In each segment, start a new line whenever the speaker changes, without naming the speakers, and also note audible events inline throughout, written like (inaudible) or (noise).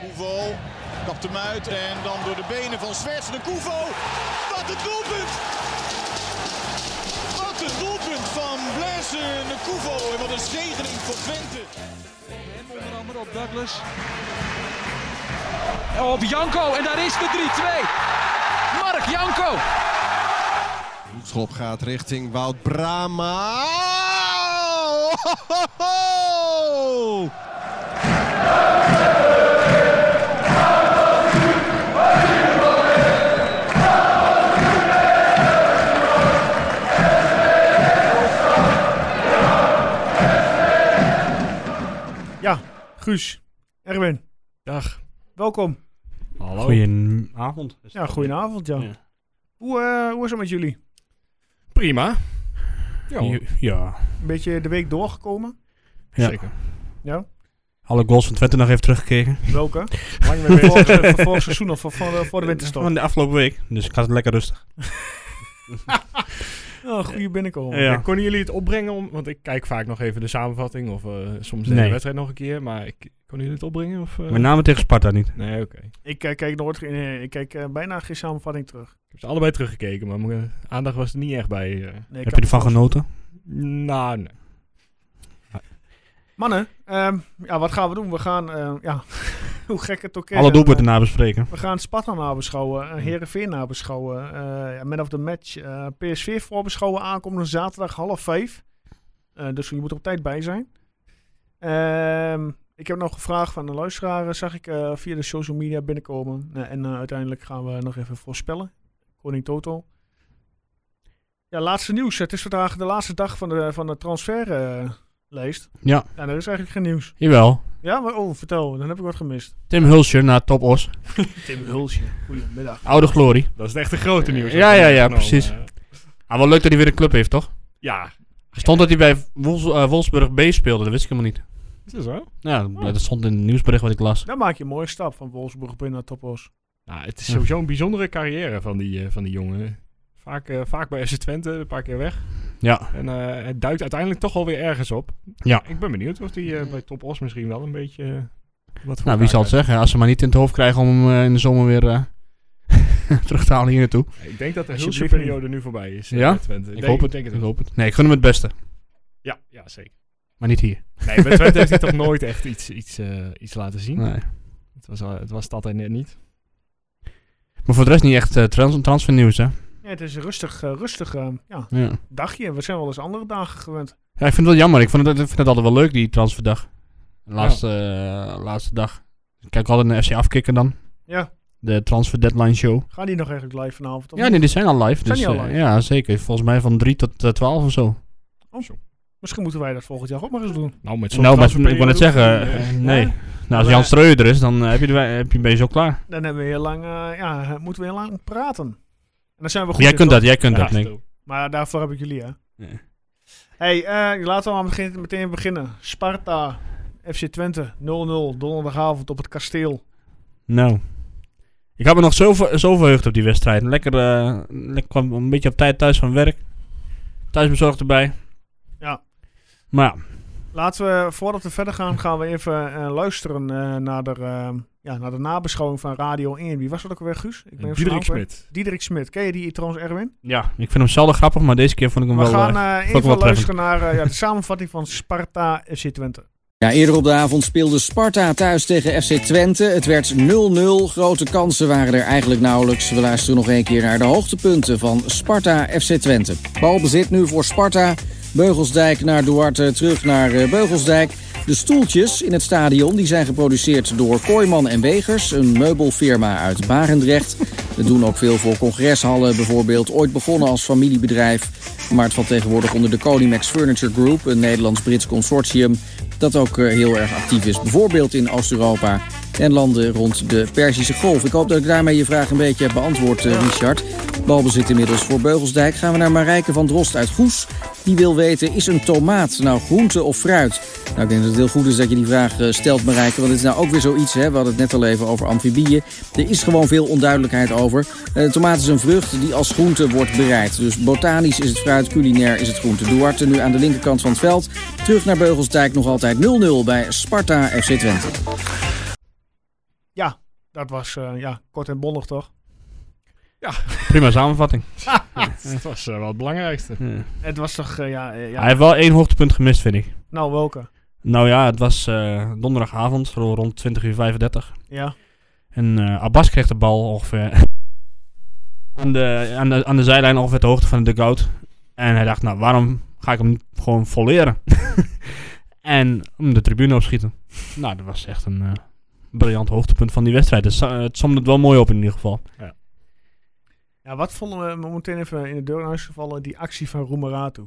Koevo kapt hem uit en dan door de benen van Zwerts de Koevo. Wat een doelpunt! Wat een doelpunt van Blaise Nkuvo en wat een zegening voor Twente.
Hem onder andere op Douglas. Op Janko en daar is de 3-2. Mark Janko.
Schop gaat richting Wout Brama. Oh, ho, ho, ho.
Ja, Guus, Erwin,
Dag.
welkom.
Oh.
Hallo.
Goedenavond.
Ja, goedenavond, ja.
Dus- Ja.
Hoe, eh, hoe is het met jullie?
Prima. Ja, hoor.
Ja, ja,
Een beetje de week doorgekomen?
ja.
zeker.
Ja?
Alle goals van Twente nog even teruggekeken. (laughs)
Welke? Lang weer voor, eh, voor vorig seizoen of voor, voor, de- voor de winterstop?
Van de afgelopen week. Dus ik had het lekker rustig.
Oh, goede binnenkomen.
Ja.
Ja, konden jullie het opbrengen? Om, want ik kijk vaak nog even de samenvatting of eh, soms de hele
Nee.
wedstrijd nog een keer. Maar ik, konden jullie het opbrengen? Of, eh?
Met name tegen Sparta niet.
Nee, oké.
Ik eh, kijk nooit, geen- eh, ik kijk eh, bijna geen samenvatting terug.
Ik heb ze allebei teruggekeken, maar mijn eh, aandacht was er niet echt bij. eh.
Nee,
Heb
kan
je ervan
niet.
genoten?
Nou, nee.
Mannen, ehm, ja, wat gaan we doen? We gaan, eh, ja, (laughs) hoe gek het ook is.
Alle
en,
doelpunten nabespreken.
eh, we gaan Sparta nabeschouwen, eh, Heerenveen nabeschouwen, eh, ja, man of the match, eh, PSV voorbeschouwen aankomende zaterdag half vijf. Eh, dus je moet er op tijd bij zijn. Ehm, ik heb nog gevraagd van de luisteraar, eh, zag ik eh, via de social media binnenkomen. Eh, en eh, uiteindelijk gaan we nog even voorspellen. Koning Toto. Ja, laatste nieuws. Het is vandaag de laatste dag van de, van de transferlijst.
Ja.
ja, nou, er is eigenlijk geen nieuws.
Jawel.
Ja, maar oh, vertel, dan heb ik wat gemist.
Tim Hulsje naar Top Os.
(laughs) Tim Hulsje, goedemiddag.
Oude glorie.
dat is echt de grote nieuws.
Eh, Ja, ja, ja,
Nou,
precies.
eh,
Ah, wel leuk dat hij weer een club heeft, toch?
ja,
Stond dat hij bij Wolfs- eh, Wolfsburg B speelde. Dat wist ik helemaal niet.
is dat zo?
Ja, dat stond in het nieuwsbericht wat ik las.
Dan maak je een mooie stap van Wolfsburg binnen naar Topos.
Nou, het is
Ja.
sowieso een bijzondere carrière van die, eh, van die jongen. Vaak, eh, vaak bij FC Twente, een paar keer weg.
Ja.
En eh, het duikt uiteindelijk toch alweer ergens op.
Ja.
Ik ben benieuwd of die eh, bij Top Os misschien wel een beetje... eh, wat voor
Nou, wie zal het
elkaar
zeggen? Als ze maar niet in het hoofd krijgen om hem eh, in de zomer weer eh, (laughs) terug te halen hier naartoe.
krijgt. Ik denk dat de
Alsjeblieft
Hulsje-periode nu voorbij is. eh,
Ja?
bij Twente.
Ik hoop het.
denk het
Ik
wel.
hoop het. Nee, ik gun hem het beste.
Ja, ja, zeker.
Maar niet hier.
Nee, bij Twente heeft hij toch nooit echt iets, iets, eh, iets laten zien.
Nee.
Het, was, al- het was dat en net niet.
Maar voor de rest niet echt eh, trans transfernieuws, hè?
Ja, het is een rustig, eh, rustig eh, ja,
Ja.
dagje. We zijn wel eens andere dagen gewend.
Ja, ik vind het wel jammer. Ik vond het, ik vind het altijd wel leuk, die transferdag. De laatste, eh, laatste dag. Ik kijk altijd naar FC Afkikken dan.
Ja.
De Transfer Deadline Show.
Gaan die nog eigenlijk live vanavond? of
Ja,
niet?
nee, die zijn al live.
Zijn
dus,
die al
eh,
live?
ja, zeker. Volgens mij van 3 tot eh, 12 of zo.
Misschien moeten wij dat volgend jaar ook maar eens doen.
Nou, met
nou, maar ik wil net zeggen, eh, nee. Nou, als
Maar,
Jan
eh,
Streuer er is, dan eh, heb je, de, wei- heb je, ben je zo klaar.
Dan hebben we heel lang, eh, ja, moeten we heel lang praten. En dan zijn we goed
Jij
in,
kunt
toch?
dat, jij kunt dat. Nee.
Maar daarvoor heb ik jullie, hè.
Ja.
Hey, eh, laten we maar begin- meteen beginnen. Sparta, FC Twente, 0-0, donderdagavond op het kasteel.
Nou. Ik had me nog zo, ver- zo verheugd op die wedstrijd. Lekker, eh, lekker kwam een beetje op tijd thuis van werk. Thuisbezorgd erbij.
Ja.
Maar ja,
Laten we, voordat we verder gaan, gaan we even eh, luisteren eh, naar, de, eh, ja, naar de nabeschouwing van Radio 1. Wie was dat ook alweer, Guus? Ik even zijn naam
Diederik
kwijt.
Smit.
Diederik Smit. Ken je die trouwens, Erwin?
ja, ik vind hem zelden grappig, maar deze keer vond ik hem
We
wel...
gaan
eh,
eh,
wel
even
treffend.
luisteren naar eh, ja, de samenvatting van Sparta FC Twente.
Ja, eerder op de avond speelde Sparta thuis tegen FC Twente. Het werd 0-0. Grote kansen waren er eigenlijk nauwelijks. We luisteren nog een keer naar de hoogtepunten van Sparta FC Twente. Balbezit nu voor Sparta. Beugelsdijk naar Duarte, terug naar eh, Beugelsdijk. De stoeltjes in het stadion die zijn geproduceerd door Kooiman en Wegers, een meubelfirma uit Barendrecht. We doen ook veel voor congreshallen, bijvoorbeeld ooit begonnen als familiebedrijf, maar het valt tegenwoordig onder de Conimax Furniture Group, een Nederlands-Brits consortium dat ook eh, heel erg actief is, bijvoorbeeld in Oost-Europa en landen rond de Perzische Golf. Ik hoop dat ik daarmee je vraag een beetje heb beantwoord, eh, Richard. Balbezit inmiddels voor Beugelsdijk. Gaan we naar Marijke van Drost uit Goes. Die wil weten, is een tomaat nou groente of fruit? Nou, ik denk dat het heel goed is dat je die vraag eh, stelt, Marijke. Want het is nou ook weer zoiets, hè? we hadden het net al even over amfibieën. Er is gewoon veel onduidelijkheid over. Eh, de tomaat is een vrucht die als groente wordt bereid. Dus botanisch is het fruit, culinair is het groente. Duarte nu aan de linkerkant van het veld. Terug naar Beugelsdijk nog altijd 0-0 bij Sparta FC Twente.
Dat was eh, ja, kort en bondig toch? eh, (laughs)
Prima samenvatting.
Dat was eh, wel het belangrijkste.
Ja.
Het was toch, eh, ja, eh, ja.
Hij heeft wel één hoogtepunt gemist, vind ik.
Nou, welke?
Nou ja, het was eh, donderdagavond, ro- rond 20 uur 35.
Ja.
En eh, Abbas kreeg de bal ongeveer (laughs) aan de, aan, de, aan de zijlijn, ongeveer de hoogte van de dugout. En hij dacht, nou waarom ga ik hem niet gewoon volleren? (laughs) en om de tribune opschieten. Nou, dat was echt een eh, briljant hoogtepunt van die wedstrijd. Het, sa- het somde het wel mooi op in ieder geval.
ja, wat vonden we momenteel even in de deur uitgevallen? Die actie van Roemeratu.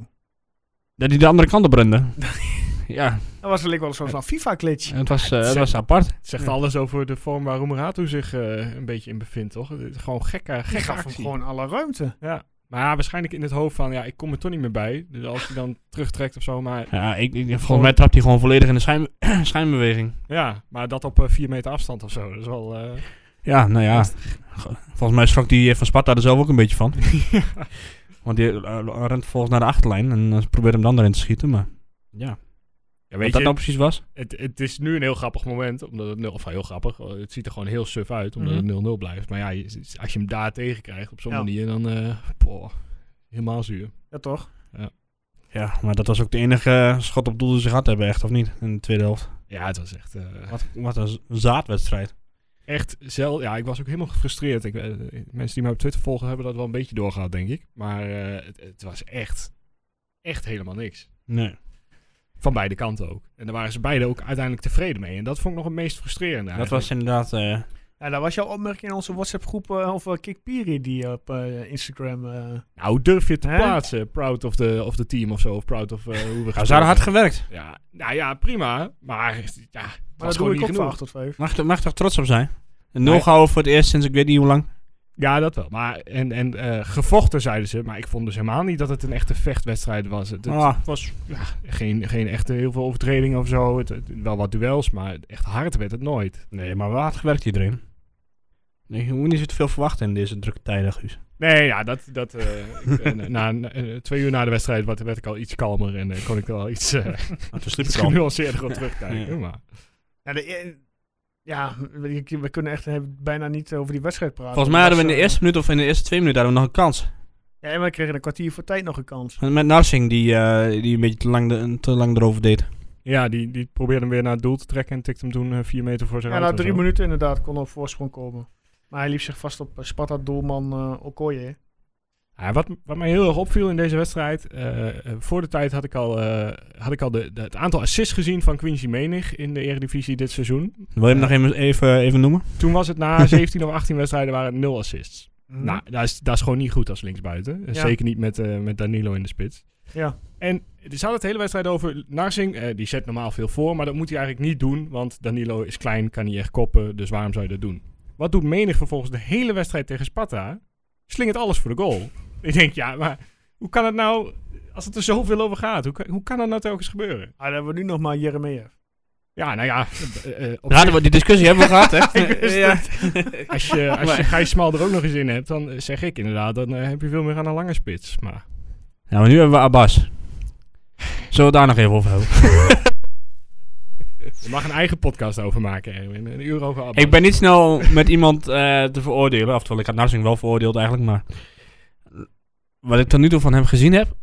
Dat hij de andere kant op rende. (laughs) ja,
Dat was wel wel zo'n zo'n FIFA-glitch.
het was, eh, het was apart.
Het zegt
Ja.
alles over de vorm waar Roemeratu zich eh, een beetje in bevindt, toch? Het is gewoon gekke,
Die
gekke
gaf hem
actie.
gewoon alle ruimte.
Ja. Maar ja, waarschijnlijk in het hoofd van, ja, ik kom er toch niet meer bij. Dus als hij dan terugtrekt of zo, maar
Ja, ik, ik, volgens mij trapt hij gewoon volledig in de (clears throat) schijn, schijnbeweging.
ja, maar dat op eh, vier meter afstand of zo. Dat is wel... eh,
Ja, nou ja. Ge- Volgens mij schrok die eh, van Sparta er zelf ook een beetje (laughs) van. Want die eh, rent volgens naar de achterlijn en eh, ze probeert hem dan erin te schieten. Maar ja, wat
ja, weet
dat
je,
nou precies was.
het, het is nu een heel grappig moment, omdat het nul, of heel grappig, eh, het ziet er gewoon heel suf uit, omdat
Mhm.
het 0-0 blijft. Maar ja, je- als je hem daar tegen krijgt op zo'n
Ja.
manier, dan, eh poh, helemaal zuur.
Ja, toch?
Ja, maar dat was ook de enige eh, schot op doel die ze gehad hebben, echt of niet? In de tweede helft.
Ja, het was echt... eh,
Wat, wat een z- zaadwedstrijd.
echt zelf. Ja, ik was ook helemaal gefrustreerd. Ik, eh, mensen die mij op Twitter volgen hebben dat wel een beetje doorgehad, denk ik. Maar eh, het, het was echt, echt helemaal niks.
Nee.
Van beide kanten ook. En daar waren ze beide ook uiteindelijk tevreden mee. En dat vond ik nog het meest frustrerende.
Dat was inderdaad... eh,
Ja, dat was jouw opmerking in onze WhatsApp-groep eh, over Kikpiri die op eh, Instagram... eh,
Nou, durf je te
Hè?
plaatsen. Proud of the, of the team of zo. Of proud of eh, hoe we
nou,
gaan.
ze hadden hard gewerkt.
Ja, nou ja, prima. Maar ja, het
maar
was
dat
gewoon
doe ik ook van
niet genoeg.
8 tot 5.
Mag, mag toch trots op zijn? Een nul
Nee.
gehouden voor het eerst sinds ik weet niet hoe lang.
Ja, dat wel. Maar, en en eh, gevochten zeiden ze. Maar ik vond dus helemaal niet dat het een echte vechtwedstrijd was. Het, het
Ah.
was ja, geen, geen echte heel veel overtredingen of zo. Het, het- wel wat duels, maar echt hard werd het nooit.
Nee, maar wel hard gewerkt iedereen. Nee, je moet niet zo te veel verwachten in deze drukke tijden, Guus.
Nee, ja, dat... dat eh, (laughs) ik, eh, na, na- eh, twee uur na de wedstrijd werd, werd ik al iets kalmer. En eh, kon ik er al
(laughs)
iets, eh
Want we
iets
(laughs) sliepen al.
genuanceerder op terugkijken.
Ja.
Maar,
Ja, de, eh, ja we, we kunnen echt eh, bijna niet over die wedstrijd praten.
Volgens mij hadden we in de
Dat was,
eerste minuut of in de eerste twee minuten hadden we nog een kans.
eh, Ja, en we kregen een kwartier voor tijd nog een kans.
Met Narsing, die, eh, die een beetje te lang, de- te lang erover deed.
ja, die, die probeerde hem weer naar het doel te trekken. En tikte hem toen eh, vier meter voor zijn
Ja,
auto
na
of
drie
zo.
minuten inderdaad kon er op voorsprong komen. Maar hij liep zich vast op eh, Sparta-doelman eh, Okoye.
Ja, wat, wat mij heel erg opviel in deze wedstrijd. eh, eh, voor de tijd had ik al, eh, had ik al de, de- het aantal assists gezien van Quincy Menig in de Eredivisie dit seizoen.
Wil je hem nog even, even, even noemen?
Toen was het na 17 of 18 wedstrijden waren het nul assists.
Mhm.
Nou, dat is, dat is gewoon niet goed als linksbuiten. Eh,
Ja.
Zeker niet met, eh, met Danilo in de spits.
Ja.
En ze hadden het hele wedstrijd over Narsing. eh, die zet normaal veel voor, maar dat moet hij eigenlijk niet doen. Want Danilo is klein, kan niet echt koppen. Dus waarom zou je dat doen? Wat doet Menig vervolgens de hele wedstrijd tegen Sparta? Slingert alles voor de goal. (laughs) Ik denk, ja, maar hoe kan het nou... Als het er zoveel over gaat, hoe kan, hoe kan dat nou telkens gebeuren?
Ah, dan hebben we nu nog maar Jeremia.
Ja, nou ja... eh, eh, op
Ja, die- die discussie
(laughs)
hebben we gehad, hè?
Ik wist
ja.
Als je, als je Gijs Smal er ook nog eens in hebt, dan eh, zeg ik inderdaad, dan eh, heb je veel meer aan een lange spits. Maar
ja, Nou, maar nu hebben we Abbas. Zullen we het daar nog even over hebben?
je mag een eigen podcast over maken, Erwin. Een uur over Abbas.
Ik ben niet snel met iemand eh, te veroordelen. Oftewel, ik had Narsing wel veroordeeld eigenlijk, maar... Wat ik tot nu toe van hem gezien heb,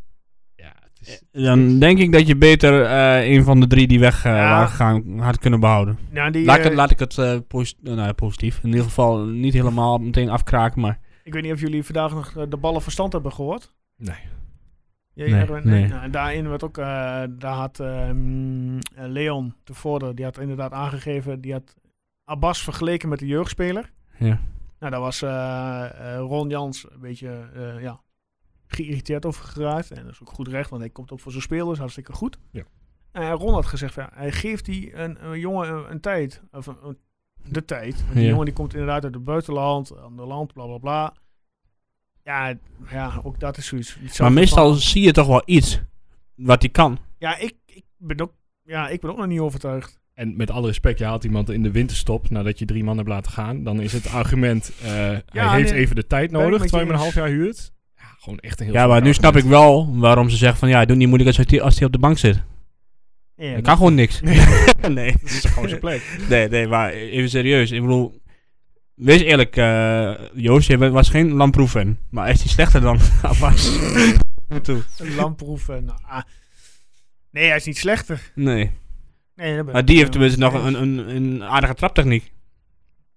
Ja, het is,
Eh, dan denk ik dat je beter eh, een van de drie die weg eh,
Ja.
waren gegaan had kunnen behouden.
Nou, die,
Laat ik
eh,
het, laat ik het eh, posi- eh, nou ja, positief. In ieder geval niet helemaal meteen afkraken, maar
Ik weet niet of jullie vandaag nog eh, de ballen verstand hebben gehoord.
Nee.
Jij,
Nee,
Erwin? nee.
nee.
Nou, en daarin werd ook, eh, daar had eh, mm, eh, Leon tevoren, die had inderdaad aangegeven, die had Abbas vergeleken met de jeugdspeler.
Ja.
Nou, daar was eh, eh, Ron Jans een beetje eh, ja, geïrriteerd over geraakt. En dat is ook goed recht, want hij komt op voor zijn spelers, hartstikke goed.
Ja.
En eh, Ron had gezegd, van, ja, hij geeft die een, een jongen een, een tijd, of een- een- de tijd. Want Die
Ja.
jongen die komt inderdaad uit het buitenland, ander land, bla bla bla. Ja, ja, ook dat is zoiets.
Maar
Hetzelfde
meestal
van-
zie je toch wel iets wat hij kan.
Ja ik, ik ben ook, ja, ik ben ook nog niet overtuigd.
en met alle respect, je haalt iemand in de winterstop nadat je drie man hebt laten gaan. Dan is het argument, eh,
Ja,
hij heeft
nee.
even de tijd
Ben ik
nodig,
met je
terwijl je hem een half
eens.
jaar huurt. Ja, gewoon echt een heel
Ja, maar nu snap ik wel waarom ze zeggen van ja, doe niet moeilijk als hij, als hij op de bank zit.
Ja,
Hij kan gewoon niks.
Nee.
(laughs)
(laughs)
nee.
Het is gewoon zijn plek.
nee, nee, maar even serieus. Ik bedoel, Wees eerlijk, eh, Joost, je bent- was geen Lamproef-fan. Maar is hij slechter dan (laughs) Abbas? Tot toe.
Een Lamproef en... ah. Nee, hij is niet slechter.
nee.
Nee, dat ben
Maar
ik,
die
eh,
heeft tenminste nog
eens.
een, een, een aardige traptechniek.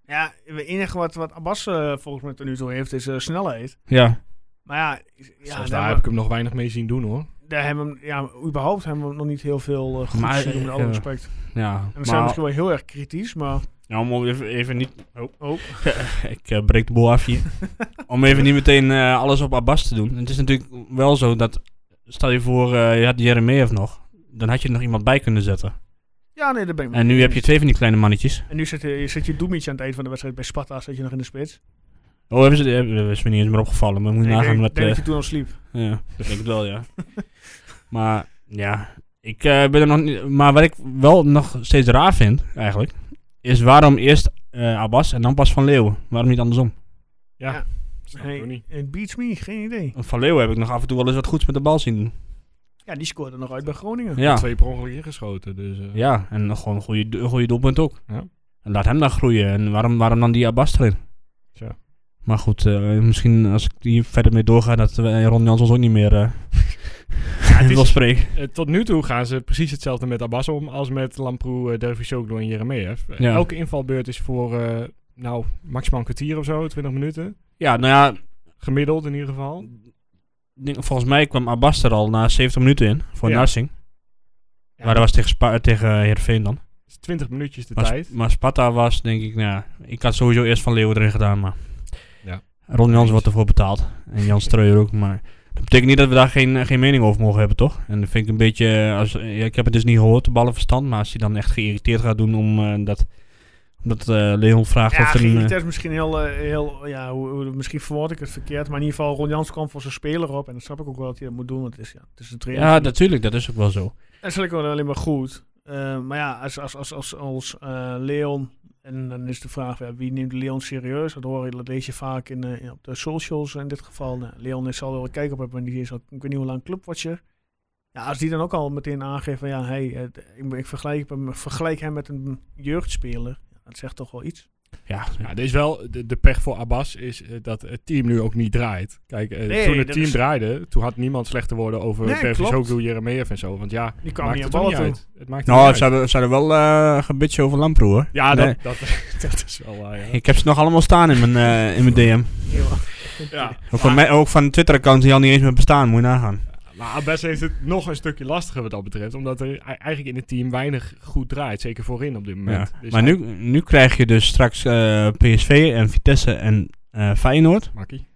Ja, het enige wat, wat Abbas eh, volgens mij tot nu toe heeft, is eh, snelheid.
Ja.
Maar ja, is- ja nou,
Zelfs
daar,
daar heb ik hem nog weinig mee zien doen hoor.
daar hebben we hem, ja, überhaupt hebben we hem nog niet heel veel eh, goed
Maar,
gezien, met
eh,
alle respect.
Ja.
En we zijn
Maar,
misschien wel heel erg kritisch, maar...
ja, om even, even niet... Oh.
Oh.
ik eh, breek de boel af (laughs) hier. om even niet meteen eh, alles op Abbas te doen. En het is natuurlijk wel zo dat... Stel je voor, eh, je had Jeremejeff nog. Dan had je er nog iemand bij kunnen zetten.
Ja, nee, dat ben ik met
En nu
je
heb je
eens.
twee van die kleine mannetjes.
En nu zit je, zit je Doemietje aan het eind van de wedstrijd bij Sparta, zit je nog in de spits.
Oh, hebben ze... eh, Dat is me niet eens meer opgevallen. Maar moet je
ik
nagaan
denk,
wat...
denk
eh,
dat je toen al sliep.
Ja, dat denk ik wel, (laughs) ja. maar ja, ik eh, ben er nog niet. Maar wat ik wel nog steeds raar vind, eigenlijk, is waarom eerst eh, Abbas en dan pas Van Leeuwen? Waarom niet andersom?
Snap ik ook
Nee,
niet.
het beats me, geen idee.
Van Leeuwen heb ik nog af en toe wel eens wat goeds met de bal zien doen.
Ja, die scoorde nog uit bij Groningen.
Ja,
Twee per ongeluk ingeschoten. Dus, eh,
Ah. ja en nog gewoon een goede, do- een goede doelpunt ook.
Ja.
En laat hem dan groeien. En waarom, waarom dan die Abbas erin?
Tja.
Maar goed, eh, misschien als ik hier verder mee doorga, dat eh, Ron Jans ons ook niet meer
(laughs)
eh
het is-
(laughs) wil spreken.
Eh, tot nu toe gaan ze precies hetzelfde met Abbas om als met Lamproe, uh, Dervishoglu en Jeremejeff. Eh,
Ja.
Elke invalbeurt is voor eh, nou, maximaal een kwartier of zo, 20 minuten.
Ja, nou ja,
Gemiddeld in ieder geval.
ik denk- volgens mij kwam Abbas er al na 70 minuten in voor
Ja.
Narsing.
Ja,
maar dat was tegen, Spa eh, tegen Heerenveen dan.
is 20 minuutjes de
Maar,
tijd.
Sp- maar Sparta was denk ik, nou ja, ik had sowieso eerst Van Leeuwen erin gedaan, maar
Ja.
Ron Jans wordt ervoor betaald. En Jan Streuer ook, maar dat betekent niet dat we daar geen, eh, geen mening over mogen hebben, toch? En dat vind ik een beetje, eh, als, eh, ja, ik heb het dus niet gehoord, de ballenverstand, maar als hij dan echt geïrriteerd gaat doen om eh, dat, omdat eh, Leon vraagt
Ja,
of er een... eh,
geïrriteerd is misschien heel, eh, heel ja, hoe, hoe- misschien verwoord ik het verkeerd, maar in ieder geval, Ron Jans kwam voor zijn speler op en dat snap ik ook wel dat hij dat moet doen, want het is, ja, het is een trainer.
ja, natuurlijk, dat is ook wel zo.
En zal ik wel alleen maar goed. Eh, maar ja, als, als, als, als, als eh, Leon, en dan is de vraag, ja, wie neemt Leon serieus? Dat hoor je, dat lees je vaak in, eh, op de socials in dit geval. Nou, Leon is al wel een kijk op hebben, maar die is al, ik weet niet hoe lang clubwatcher. Ja, als die dan ook al meteen aangeeft van ja, hey, eh, ik, ik vergelijk, hem, vergelijk hem met een jeugdspeler. Dat zegt toch wel iets.
Ja,
Ja, Nou, dit is wel de, de pech voor Abbas is eh, dat het team nu ook niet draait. Kijk, eh,
Nee,
toen het
dat
team
is-
draaide, toen had niemand slechte woorden over
Nee,
nee, Dervishoglu,
klopt.
Jeremejeff en zo. Want ja,
Die kwam
maakt
niet aan
het toch
ballen
niet
toe.
uit. Het maakt
Nou,
niet
ze
uit.
hadden, ze hadden wel eh gebitje over Lamproe, hoor.
Ja,
Nee.
dat, (laughs) dat, dat is wel waar, ja.
Ik heb ze nog allemaal staan in mijn, eh, in mijn DM.
Ja.
Ja.
Ook van, mij, ook van een Twitter-account die al niet eens meer bestaan, moet je nagaan.
Maar Abbas heeft het nog een stukje lastiger wat dat betreft. Omdat er i- eigenlijk in het team weinig goed draait. Zeker voorin op dit moment.
Ja.
Dus
Maar nu, nu krijg je dus straks eh, PSV en Vitesse en eh, Feyenoord.
Makkie.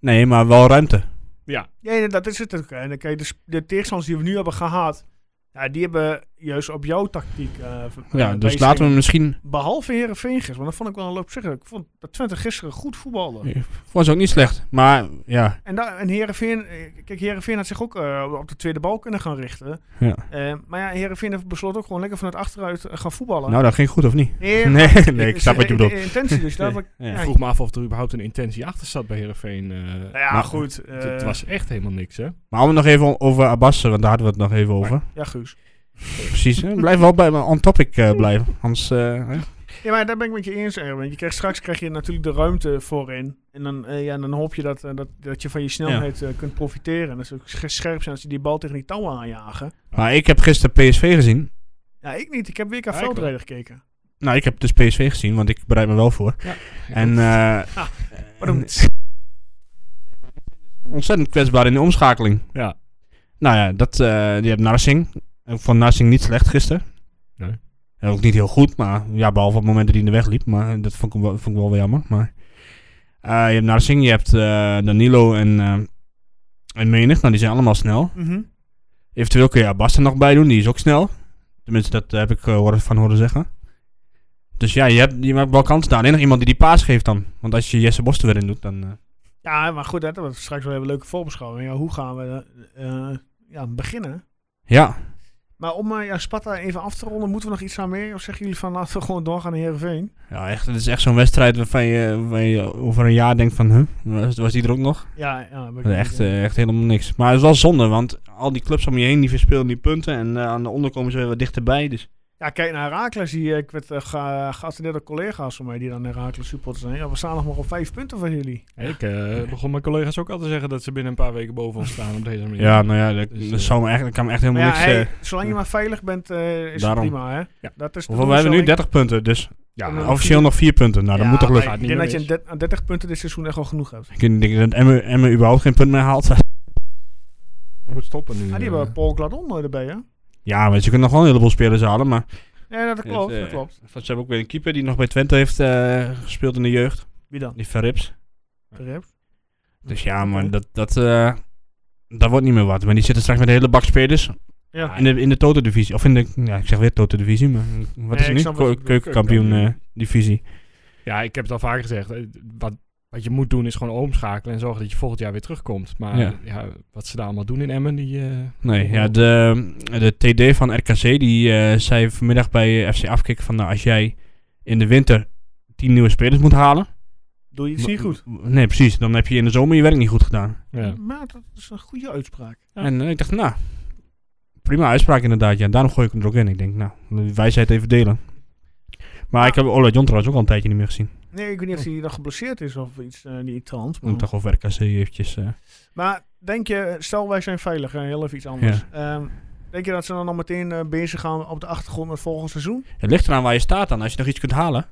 Nee, maar wel ruimte.
Ja,
Ja, nee, dat is het ook. En dan kijk, de, sp- de tegenstanders die we nu hebben gehad, ja, die hebben juist op jouw tactiek. eh, v-
Ja,
eh,
dus laten
bezig.
we misschien...
Behalve Herenveen gisteren, want dat vond ik wel een loop zeggen. Ik vond dat Twente gisteren goed voetbalde.
Was ook niet slecht, maar ja.
En, da- en Herenveen, kijk, Herenveen had zich ook eh, op de tweede bal kunnen gaan richten.
ja.
Eh, maar ja, Herenveen heeft besloten ook gewoon lekker vanuit achteruit eh, gaan voetballen.
Nou, dat ging goed, of niet?
nee,
(laughs) Nee,
maar-
nee, ik snap wat je
de- de-
bedoelt.
de intentie dus.
(laughs)
Daar heb ik-
Ja.
ik
ja,
vroeg me af of er überhaupt een intentie achter zat bij Heerenveen. eh.
nou ja,
Maar-
goed.
het,
eh,
het was echt helemaal niks, hè?
Maar om nog even over Abbas, want daar hadden we het nog even over.
Ja, Guus.
Precies, hè. blijf wel bij on topic eh, blijven. Anders, eh, hè.
Ja, maar daar ben ik met je eens, Erwin. Je krijgt, straks krijg je natuurlijk de ruimte voorin. En dan, eh, ja, dan hoop je dat, eh, dat, dat je van je snelheid eh, kunt profiteren. En dat is ook sch- scherp zijn als je die bal tegen die touwen aanjagen.
Maar ik heb gisteren PSV gezien.
Ja, ik niet. Ik heb weer
Ja,
aan
ik wel.
Veldrijder gekeken.
Nou, ik heb dus PSV gezien, want ik bereid me wel voor.
Ja.
En eh,
Pardon.
ontzettend kwetsbaar in de omschakeling.
Ja.
Nou ja, dat, eh die hebt Narsing. Ik vond Narsing niet slecht gisteren.
Nee.
En ook niet heel goed, maar ja, behalve op momenten die in de weg liep. Maar dat vond ik wel, vond ik wel weer jammer. Maar, eh, je hebt Narsing, je hebt eh, Danilo en, eh, en Menig. Nou, die zijn allemaal snel.
Mhm.
Eventueel kun je Abbas er nog bij doen, die is ook snel. Tenminste, dat heb ik eh, horen- van horen zeggen. Dus ja, je, hebt, je maakt wel kansen daar. Alleen nog iemand die die paas geeft dan. Want als je Jesse Bos er weer in doet, dan... eh,
Ja, maar goed, dat wordt straks wel even een leuke voorbeschouwing. Ja, hoe gaan we eh, eh, ja, beginnen?
ja,
Maar om eh, ja, Sparta even af te ronden, moeten we nog iets aan meer? Of zeggen jullie van laten we gewoon doorgaan naar Heerenveen?
Ja, echt, het is echt zo'n wedstrijd waarvan je, waarvan je over een jaar denkt van, huh, was, was die er ook nog?
Ja, ja. ben ik niet-
Echt, eh, echt helemaal niks. Maar het is wel zonde, want al die clubs om je heen die verspelen die punten en eh, aan de onder komen ze weer wat dichterbij. Dus
Ja, kijk naar Herakles. hier. Ik werd eh, ge- geattendeerd door collega's van mij die dan Herakles supporters zijn. Ja, we staan nog maar op vijf punten van jullie.
Ik eh, begon mijn collega's ook al te zeggen dat ze binnen een paar weken boven ons staan op deze manier.
Ja, nou ja, dat,
Dus,
dat
eh,
zou me echt, dat kan me echt
Maar
helemaal
ja,
niks...
hey,
eh,
zolang je maar veilig bent, eh, is het
Daarom.
prima, hè?
Ja.
Dat is de
hoeveel- we hebben nu
doelstelling.
30 punten, dus
Ja,
En dan-
of-
officieel nog 4 punten. Nou, dat
Ja,
moet toch
maar
lukken.
Gaat
Ik
niet
denk
meer
dat je aan dert- aan 30 punten dit seizoen echt wel genoeg hebt.
Ik denk dat Emmen Emmen überhaupt geen punt meer haalt. (laughs)
moet stoppen nu.
Ah, die
eh.
hebben Paul Gladon erbij, hè?
Ja, want je kunt nog wel een heleboel spelers halen, maar...
Ja, dat klopt,
eh,
dat klopt.
Ze hebben ook weer een keeper die nog bij Twente heeft eh, gespeeld in de jeugd.
Wie dan?
Die Verrips.
Rip.
Dus ja,
Oké.
maar dat, dat, eh, dat wordt niet meer wat. Maar die zitten straks met een hele bak spelers
Ja.
in de, in de Toto-divisie. Of in de, ja, ik zeg weer Toto-divisie, maar wat
Nee, ik
is het nu?
snap wat je
Ko- eh,
bedoelt.
Keukenkampioen-divisie.
Ja, ik heb het al vaker gezegd. eh, Wat, wat je moet doen is gewoon omschakelen en zorgen dat je volgend jaar weer terugkomt. Maar
Ja.
ja. wat ze daar allemaal doen in Emmen, die... eh,
nee, ja, de, de TD van RKC die eh, zei vanmiddag bij FC Afkik van... Nou, als jij in de winter tien nieuwe spelers moet halen...
Doe je het niet goed?
Nee, precies. Dan heb je in de zomer je werk niet goed gedaan.
ja.
Maar dat is een goede uitspraak.
En eh, ik dacht, nou... Prima uitspraak inderdaad, ja. Daarom gooi ik hem er ook in. Ik denk, nou, de wijsheid even delen. Maar ik heb Ola John trouwens ook al een tijdje niet meer gezien.
Nee, ik weet niet of hij dan geblesseerd is of iets eh niet aan de hand.
Ik moet
Maar,
toch over RKC eventjes... eh,
maar denk je, stel wij zijn veilig, hè, heel even iets anders. Ehm, denk je dat ze dan al meteen eh, bezig gaan op de achtergrond met volgend seizoen?
Het ligt eraan waar je staat dan. Als je nog iets kunt halen.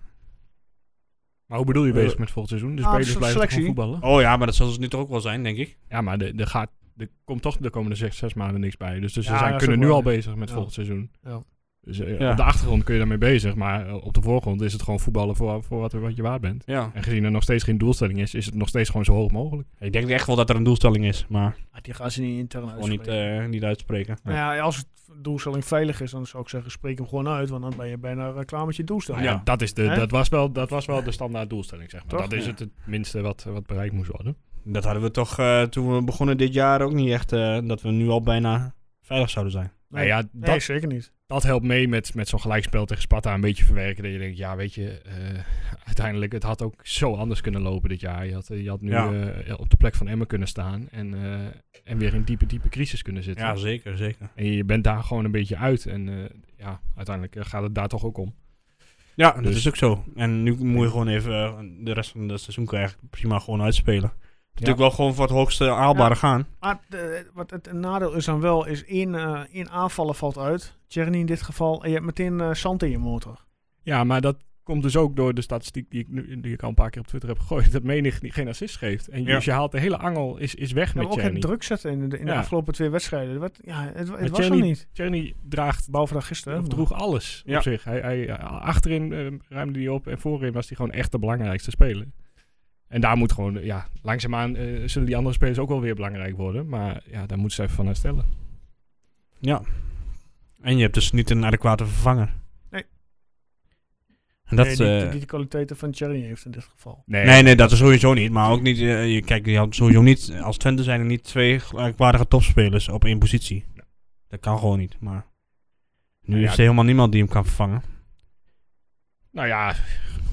Maar hoe bedoel je
Eh,
bezig met volgend seizoen? De
ah,
spelers
de
blijven toch gewoon
selectie.
voetballen?
Oh ja, maar dat zal dus nu toch ook wel zijn, denk ik.
Ja, maar er- er gaat... Er komt toch de komende zes, zes maanden niks bij. Dus, dus
Ja,
ze zijn,
dat is
kunnen
ook
nu
waar.
al bezig met
Ja.
volgend seizoen.
Ja.
Dus eh,
Ja.
op de achtergrond kun je daarmee bezig. Maar eh, op de voorgrond is het gewoon voetballen voor, voor wat, wat je waard bent.
Ja.
En gezien er nog steeds geen doelstelling is, is het nog steeds gewoon zo hoog mogelijk.
Ik denk echt wel dat er een doelstelling is, maar
Ah, die gaan ze niet intern
gewoon niet,
uitspreken.
eh, niet uitspreken.
Nou ja, als het doelstelling veilig is, dan zou ik zeggen, spreek hem gewoon uit. Want dan ben je bijna eh, klaar met je doelstelling.
Nou ja,
Ja.
Dat, is de,
Hè?
dat, was wel, dat was wel de standaard doelstelling, zeg maar.
Toch?
Dat is
Ja.
het, het minste wat, wat bereikt moest worden.
Dat hadden we toch eh, toen we begonnen dit jaar ook niet echt, eh, dat we nu al bijna veilig zouden zijn.
Nou ja,
Nee,
dat,
zeker niet.
dat helpt mee met, met zo'n gelijkspel tegen Sparta een beetje verwerken. Dat je denkt, ja weet je, eh, uiteindelijk het had ook zo anders kunnen lopen dit jaar. Je had, je had nu
Ja.
eh, op de plek van Emmen kunnen staan en, eh, en weer in diepe, diepe crisis kunnen zitten.
zeker, zeker.
En je bent daar gewoon een beetje uit. En eh, ja, uiteindelijk eh, gaat het daar toch ook om.
Ja, dat
Dus-
is ook zo. En nu moet je gewoon even eh, de rest van het seizoen kun je eigenlijk prima gewoon uitspelen. Natuurlijk wel gewoon voor het hoogste haalbare gaan.
Maar eh, wat het nadeel is dan wel, is één, eh één aanvallen valt uit. Tjerni in dit geval. En je hebt meteen eh, zand in je motor.
Ja, maar dat komt dus ook door de statistiek die ik, nu, die ik al een paar keer op Twitter heb gegooid. (laughs) Dat menig die geen assist geeft. En
Ja.
dus je haalt de hele angel is, is weg
Ja, maar
met
ook het
Tjerny.
druk zetten in de, in de
Ja.
afgelopen twee wedstrijden. Wat, ja, het, het
Maar
was er
Tjerni-
niet.
Tjerny draagt
Behalve dan gisteren.
Of
maar-
droeg alles
Ja.
op zich. Hij, hij, eh, achterin eh, ruimde hij op en voorin was hij gewoon echt de belangrijkste speler. En daar moet gewoon, eh, ja, langzaamaan eh, zullen die andere spelers ook wel weer belangrijk worden. Maar ja, daar moeten ze even van herstellen.
Ja. En je hebt dus niet een adequate vervanger.
Nee.
En dat,
Nee,
is.
die, eh, die, die de kwaliteiten van Cherry heeft in dit geval.
Nee, nee, dat is sowieso niet. Maar ook niet, eh, je, kijk, je had sowieso niet, als Twente zijn er niet twee gelijkwaardige topspelers op één positie. Dat kan gewoon niet, maar nu
Nou ja,
is er helemaal niemand die hem kan vervangen.
Nou ja,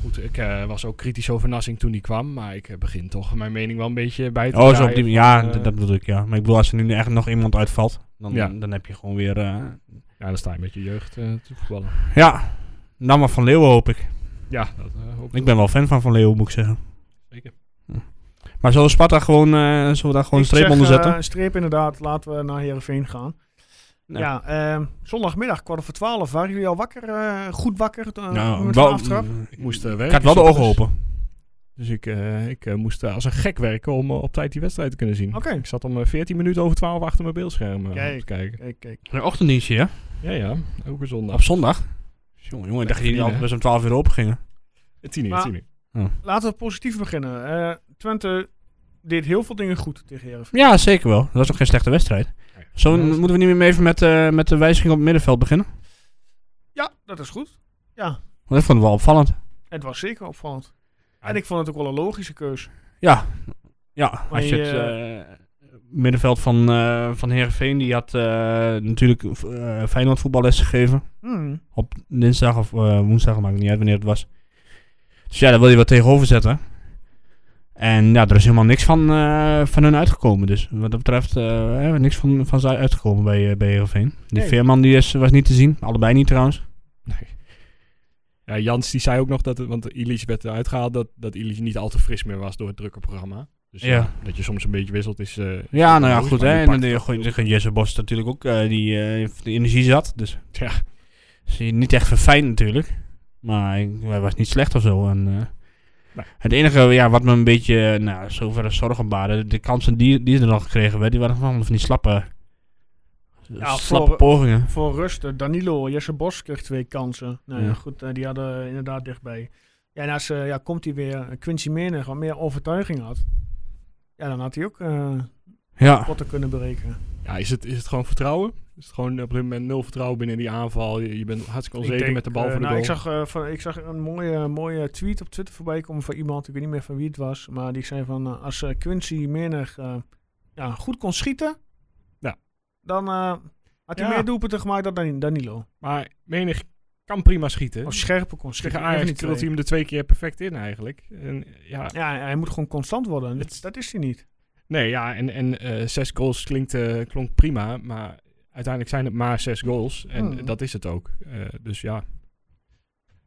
goed, ik eh, was ook kritisch over Nassing toen hij kwam. Maar ik eh, begin toch mijn mening wel een beetje bij te
Oh, zo
draaien
op die,
van,
ja,
eh,
d- dat bedoel ik, ja. Maar ik bedoel, als er nu echt nog iemand uitvalt, dan,
Ja.
dan heb je gewoon weer, eh,
Ja, dan sta je met je jeugd eh, te voetballen.
ja, nou maar Van Leeuwen hoop ik.
Ja, dat eh, hoop
Ik ben wel fan van Van Leeuwen, moet ik zeggen.
Zeker.
Hm. Maar zullen we Sparta gewoon, eh, zullen we daar gewoon een
Ik
streep
zeg,
onder
eh,
zetten?
een streep inderdaad. Laten we naar Heerenveen gaan.
Nou.
Ja, ehm, zondagmiddag, kwart over twaalf. Waren jullie al wakker? eh, goed wakker? eh,
Nou,
met de
wel-
aftrap?
ik moest eh,
ik
werken.
had wel de ogen
ochtends.
open.
Dus ik, eh, ik eh, moest eh, als een gek werken om eh, op tijd die wedstrijd te kunnen zien.
Oké.
Ik zat om eh, 14 minuten over 12 achter mijn beeldscherm eh,
Kijk.
te kijken.
Kijk, kijk.
Een ochtenddienstje, hè?
Ja, ja. Ook een zondag.
Op zondag? Jongen, jongen, ik dacht dat jullie al
hè?
best om 12 uur open gingen.
Tien uur,
Maar-
tien uur.
Laten we positief beginnen. Eh, Twente deed heel veel dingen goed tegen Heerenveen.
Ja, zeker wel. Dat was ook geen slechte wedstrijd.
Nee.
Zo
Ja, dat is-
moeten we niet meer even met, eh, met de wijziging op het middenveld beginnen.
Ja, dat is goed. Ja,
Want dat vonden we wel opvallend.
het was zeker opvallend. En ik vond het ook wel een logische keus.
Ja, ja
Maar
als je
je-
het eh, middenveld van, eh van Heerenveen, die had eh, natuurlijk eh Feyenoord voetballes gegeven.
Hmm.
Op dinsdag of eh, woensdag, maakt het niet uit wanneer het was. Dus ja, daar wil je wat tegenover zetten. En ja, er is helemaal niks van, eh, van hun uitgekomen. Dus wat dat betreft, eh, hebben we niks van, van ze uitgekomen bij, eh bij Heerenveen. Die
Nee.
Veerman die is, was niet te zien. Allebei niet trouwens.
Ja, Jans die zei ook nog dat, het, want Illich werd eruit gehaald, dat, dat Illich niet al te fris meer was door het drukke programma. Dus
Ja.
ja, dat je soms een beetje wisselt is... eh,
Ja, nou ja,
logisch,
goed.
maar
Hè?
die
En
pakt
dan
het
deed
goed.
je- Jesse Bos natuurlijk ook, eh, die eh, in de energie zat. Dus
Ja.
is hij niet echt verfijnd natuurlijk. Maar hij, hij was niet slecht of zo. En, eh,
Nee.
Het enige ja, wat me een beetje, eh, nou, zover als zorgen baarde, de kansen die, die er nog gekregen werden, die waren gewoon van die slappe,
Ja,
slappe
voor-
pogingen.
Voor rust, eh, Danilo, Jesse Bos kreeg twee kansen. Nou ja,
Ja.
goed, eh, die hadden inderdaad dichtbij. Ja, en als eh, ja, komt hij weer, Quincy Menig wat meer overtuiging had, ja, dan had hij ook eh
Ja,
potten kunnen berekenen.
Ja, is het, is het gewoon vertrouwen? Is het gewoon op dit moment nul vertrouwen binnen die aanval? Je, je bent hartstikke
Ik
onzeker
denk,
met de bal
eh,
voor de
nou,
goal.
Ik zag, eh, van, ik zag een mooie, mooie tweet op Twitter voorbij komen van iemand, ik weet niet meer van wie het was, maar die zei van eh, als eh, Quincy Menig eh, ja, goed kon schieten,
Ja.
dan eh, had hij
Ja.
meer doelpunten gemaakt dan Dan Danilo.
Maar menig kan prima schieten.
Of scherper kon schieten.
Tegen
een van
Ajax
die
krult hij
twee.
hem er twee keer perfect in eigenlijk. En, ja,
Ja, hij moet gewoon constant worden.
Het-
Dat, dat is hij niet.
nee, ja, en, en eh, zes goals klinkt, eh, klonk prima, maar uiteindelijk zijn het maar zes goals. En
Hmm.
dat is het ook. Eh, dus ja.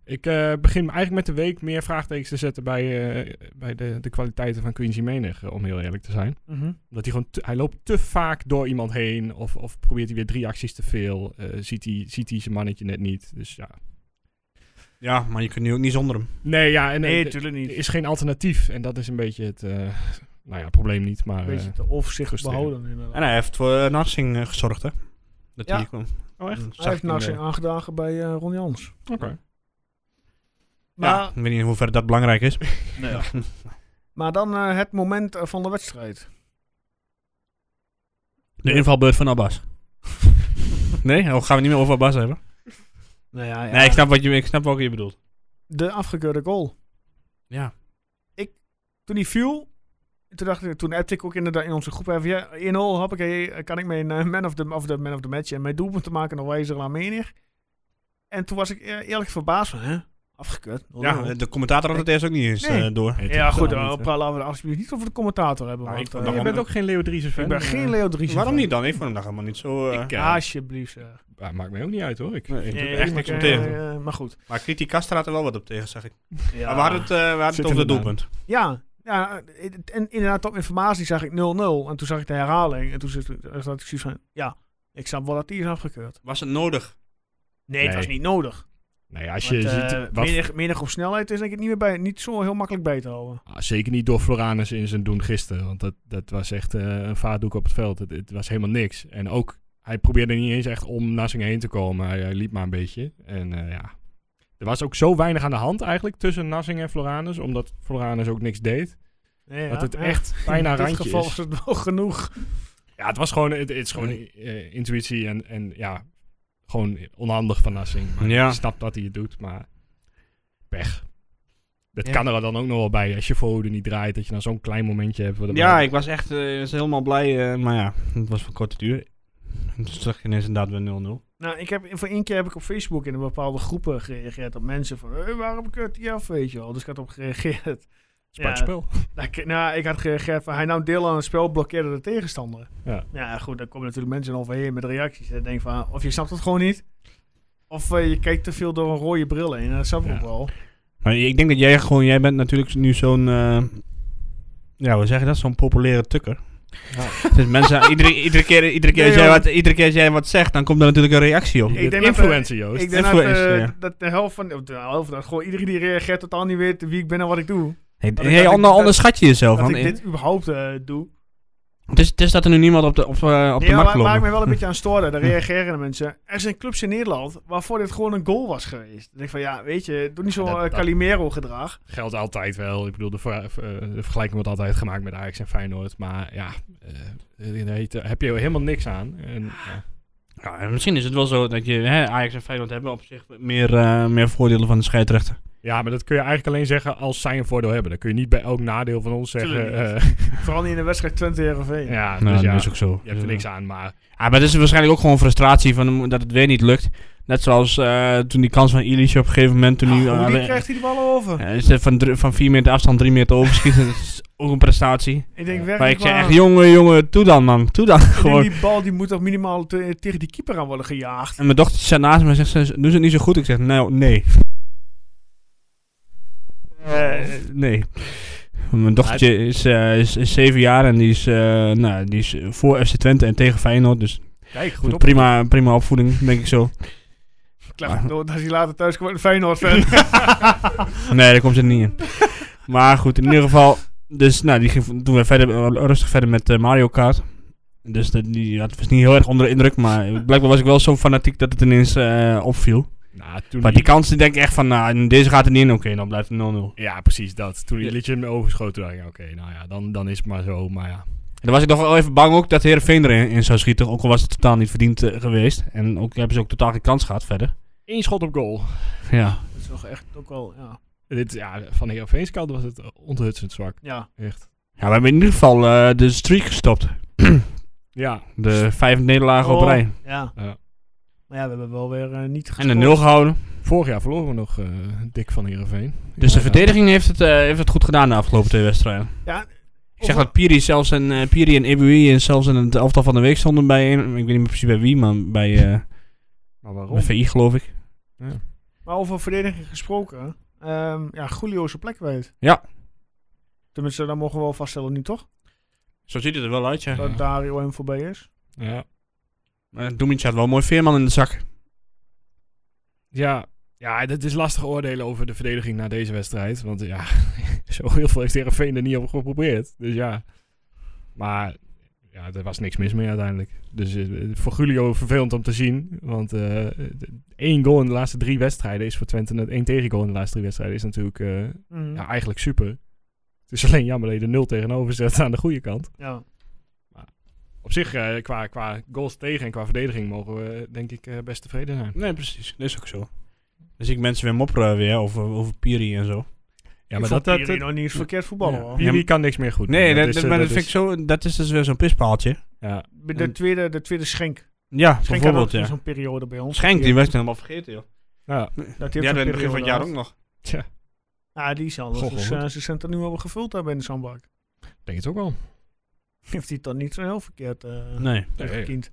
Ik eh, begin eigenlijk met de week meer vraagtekens te zetten bij, eh, bij de, de kwaliteiten van Quincy Menig, eh, om heel eerlijk te zijn. Omdat hij gewoon, te- hij loopt te vaak door iemand heen. Of, of probeert hij weer drie acties te veel. eh, ziet, hij, ziet hij zijn mannetje net niet. Dus ja.
ja, maar je kunt nu ook niet zonder hem.
Nee, ja. En,
Nee,
eh,
natuurlijk
er
niet.
is geen alternatief. En dat is een beetje het, eh, nou ja, probleem niet. Maar,
Een beetje
eh,
te overzicht
frustrerend.
behouden inderdaad.
En hij heeft voor uh, Narsing eh, gezorgd, hè. Dat
Ja.
hij hier kwam.
oh, echt?
Dat zag
hij heeft
ik in de-
Narsing aangedragen bij eh, Ron Jans.
Oké.
Maar,
ja, ik weet niet in hoeverre dat belangrijk is.
maar dan eh, het moment eh, van de wedstrijd.
De invalbeurt van Abbas. (laughs) nee? Oh, gaan we niet meer over Abbas hebben?
Nou ja, ja,
Nee, ik snap, wat je, ik snap wat je bedoelt.
de afgekeurde goal.
Ja.
toen die viel, toen dacht ik, toen appte ik ook inderdaad in onze groep even, ja, 1-0, hoppakee, kan ik mijn eh, man, of the, of the man of the match en mijn doelpunt te maken nog wijzer aan menig. En toen was ik eh, eerlijk verbaasd van, hè, afgekeurd. 0-0.
ja, de commentator had het eerst ook niet eens
Nee.
eh, door.
ja, goed, dan laten we het alsjeblieft niet over de commentator hebben.
Maar
want,
Nou, ik
eh,
vond
Je
dat
bent ook geen Leo Driessen fan.
ik ben
eh,
geen Leo Dries.
Waarom niet dan? Ik vond hem daar helemaal niet zo... eh,
Ik, eh,
Alsjeblieft. zeg.
ah, maakt mij ook niet uit hoor. Ik,
nee, ik heb
Nee,
er echt niks
maar,
om
eh,
tegen.
eh, maar goed.
Maar Kriti Kastra had er wel wat op tegen, zeg ik.
Ja.
Maar we hadden het, eh, we hadden
Zit
het over
er
het doelpunt.
Ja, ja het- en inderdaad, op informatie zag ik 0-0. En toen zag ik de herhaling. En toen zat zat ik zoiets van: ja, ik snap wel dat die is afgekeurd.
Was het nodig?
Nee, het
Nee.
was niet nodig.
nee, als je
Want, eh,
ziet... Wat,
menig, menig op snelheid is denk ik niet, meer bij, niet zo heel makkelijk bij te houden.
Ah, zeker niet door Floranus in zijn doen gisteren. Want dat, dat was echt eh, een vaatdoek op het veld. Het, het was helemaal niks. En ook, hij probeerde niet eens echt om Nassing heen te komen. Hij, hij liep maar een beetje. En eh, ja, er was ook zo weinig aan de hand eigenlijk tussen Nassing en Floranus. Omdat Floranus ook niks deed.
Ja,
dat het
ja. (laughs)
echt bijna
In dit
randje
geval
is.
is het wel genoeg.
Ja, het was gewoon, het, het is gewoon eh, intuïtie en, en ja, gewoon onhandig van Nassing. Maar
Ja.
Ik snap dat hij het doet, maar pech. Dat
Ja.
kan er dan ook nog wel bij. Als je voorhoede niet draait, dat je dan zo'n klein momentje hebt. waar de
Ja,
bal-
ik was echt eh, was helemaal blij. eh, maar ja, het was van korte duur. En toen zag ik ineens inderdaad weer 0-0.
Nou, ik heb, voor één keer heb ik op Facebook in een bepaalde groepen gereageerd op mensen van, "Hé, waarom keurt die af, weet je wel. Dus ik had op gereageerd.
Spart spel.
Nou, ik, nou, ik had gereageerd van, hij nam deel aan het spel, blokkeerde de tegenstander.
Ja.
ja goed, dan komen natuurlijk mensen overheen met reacties. En denk van, of je snapt het gewoon niet. Of eh, je kijkt te veel door een rode bril heen. En dat snap ik
Ja.
ook wel.
Maar ik denk dat jij gewoon... Jij bent natuurlijk nu zo'n... eh, ja, we zeggen dat? Zo'n populaire tukker. Dus
(laughs)
mensen, iedere, iedere, keer, iedere, keer als
Nee,
jij
joh.
wat, iedere keer als jij wat zegt, dan komt er natuurlijk een reactie op.
(laughs)
Ik denk dat, eh,
Influencer, Joost.
Ik denk dat,
Influencer,
eh,
ja.
dat de helft van, of de helft, dat gewoon iedereen die reageert totaal niet weet wie ik ben en wat ik doe.
Hey,
dat ik-
hey, onder,
dat-
onderschat je jezelf.
dat
man.
ik dit überhaupt eh, doe.
Het is, het is dat er nu niemand op de, op, eh, op de
ja,
markt
waar,
loopt.
waar ik me wel een
(laughs)
beetje aan stoorde, daar reageren de mensen. Er zijn clubs in Nederland waarvoor dit gewoon een goal was geweest. Dan denk ik van, ja, weet je, doe niet zo'n
Ja, dat-
eh,
dat-
Calimero-gedrag.
Geldt altijd wel. Ik bedoel, de, ver- eh, de vergelijking wordt altijd gemaakt met Ajax en Feyenoord. Maar ja, eh, eh, daar heet- daar heb je helemaal niks aan.
Ah.
En, eh, ja.
Ja, en misschien is het wel zo dat je hè, Ajax en Feyenoord hebben op zich meer, eh, meer voordelen van de scheidsrechter.
ja, maar dat kun je eigenlijk alleen zeggen als zij een voordeel hebben. Dan kun je niet bij elk nadeel van ons zeggen.
Tuurlijk Vooral niet in de wedstrijd Twente RV.
eh, (laughs) ja,
Nou,
dus ja,
dat is ook zo.
je hebt er niks aan. Maar
Ja, maar dat is waarschijnlijk ook gewoon frustratie van hem, dat het weer niet lukt. Net zoals eh, toen die kans van Illich op een gegeven moment toen hij...
Ah, Hoe
eh,
die krijgt hij de bal over?
eh, is het van, dr- van 4 meter afstand 3 meter overschieten. dat is ook een prestatie.
Ik denk werkelijk
Maar ik zeg
waar,
echt, jongen, jongen, toe dan, man. Toe dan
ik denk
gewoon.
die bal die moet toch minimaal te- tegen die keeper aan worden gejaagd.
En mijn dochter staat naast me en zegt, ze doen ze het niet zo goed? Ik zeg, nou, nee. Eh, nee. Mijn dochtertje is, eh, is, is zeven jaar en die is, eh, nou, die is voor FC Twente en tegen Feyenoord. Dus
Kijk, goed op.
prima, prima opvoeding, denk ik zo.
Klaar, door dat hij later thuis kwam. Feyenoord
(laughs)
fan.
Nee, daar komt ze niet in. maar goed, in ieder geval. Dus nou, die ging, doen we verder, rustig verder met eh, Mario Kart. Dus dat, die, dat was niet heel erg onder de indruk. Maar blijkbaar was ik wel zo fanatiek dat het ineens eh, opviel.
Nou, toen
Maar
die-
die kans, die denk ik echt van, nou, deze gaat er niet in. Oké, dan blijft het 0-0. En
Ja, precies dat. Toen die liedje in me overschoten, dacht ik, oké, nou ja, dan, dan is het maar zo. Maar ja,
dan was ik nog wel even bang ook dat Heerenveen erin in zou schieten. Ook al was het totaal niet verdiend eh, geweest. En ook hebben ze ook totaal geen kans gehad verder.
één schot op goal.
Ja.
Dat is toch echt ook wel, ja.
Dit, ja, van Heerenveen's kant was het eh, onthutsend zwak.
Ja,
Echt.
Ja, we hebben in ieder geval eh, de streak gestopt.
Ja,
De vijf nederlagen op
Oh.
rij.
ja.
Ja.
Maar ja, we hebben wel weer eh, niet
En de
gescoord.
nul gehouden.
vorig jaar verloren we nog eh, dik van Heerenveen.
Dus de
Ja,
verdediging heeft het, eh, heeft het goed gedaan de afgelopen twee wedstrijden.
Ja,
Ik zeg dat Piri, zelfs en, eh, Piri en Ebui en zelfs in het elftal van de week stonden bij een, ik weet niet meer precies bij wie, maar bij, eh
Maar waarom?
bij VI geloof ik.
Maar over verdediging gesproken. ehm, ja, Julio zijn plek weet.
Ja.
Tenminste, dat mogen we wel vaststellen nu toch?
Zo ziet het er wel uit, ja.
Dat Dario hem voorbij is.
Ja.
Maar Doemintje had wel een mooi veerman in de zak.
Ja, ja, dat is lastig oordelen over de verdediging na deze wedstrijd. Want ja, (laughs) zo heel veel heeft Heerenveen er niet op geprobeerd. Dus ja. Maar ja, er was niks mis mee uiteindelijk. Dus eh, voor Julio vervelend om te zien. Want eh, één goal in de laatste drie wedstrijden is voor Twente... net- één tegengoal in de laatste drie wedstrijden is natuurlijk eh,
Mhm.
ja, eigenlijk super. Het is alleen jammer dat je de nul tegenover zet aan de goede kant.
ja.
Op zich, eh, qua, qua goals tegen en qua verdediging mogen we denk ik eh, best tevreden zijn.
Nee, precies. Dat is ook zo. Dan zie ik mensen weer mopperen weer over, over Piri en zo.
Ja,
maar dat, dat, nog niet eens verkeerd voetballen.
Ja.
hoor.
Wie, wie kan niks meer goed.
Nee,
doen.
dat,
is, eh,
maar dat,
is-
vind ik zo, dat is dus weer zo'n pispaaltje.
Ja,
Bij De, tweede, de tweede Schenk.
Ja,
Schenk had ook
bijvoorbeeld, ja.
zo'n periode bij ons.
Schenk, die was ik helemaal vergeten, joh.
ja,
Dat
Die
heeft
hadden we in
zo'n
het begin van het
periode
jaar
gehad.
ook nog.
tja,
Ja, die is anders.
Goh,
dus
goed.
eh, ze zijn er nu al wel gevuld daar bij de Zandbak.
ik denk het ook wel.
(laughs) Heeft hij het dan niet zo heel verkeerd eh
Nee.
tegengekiend?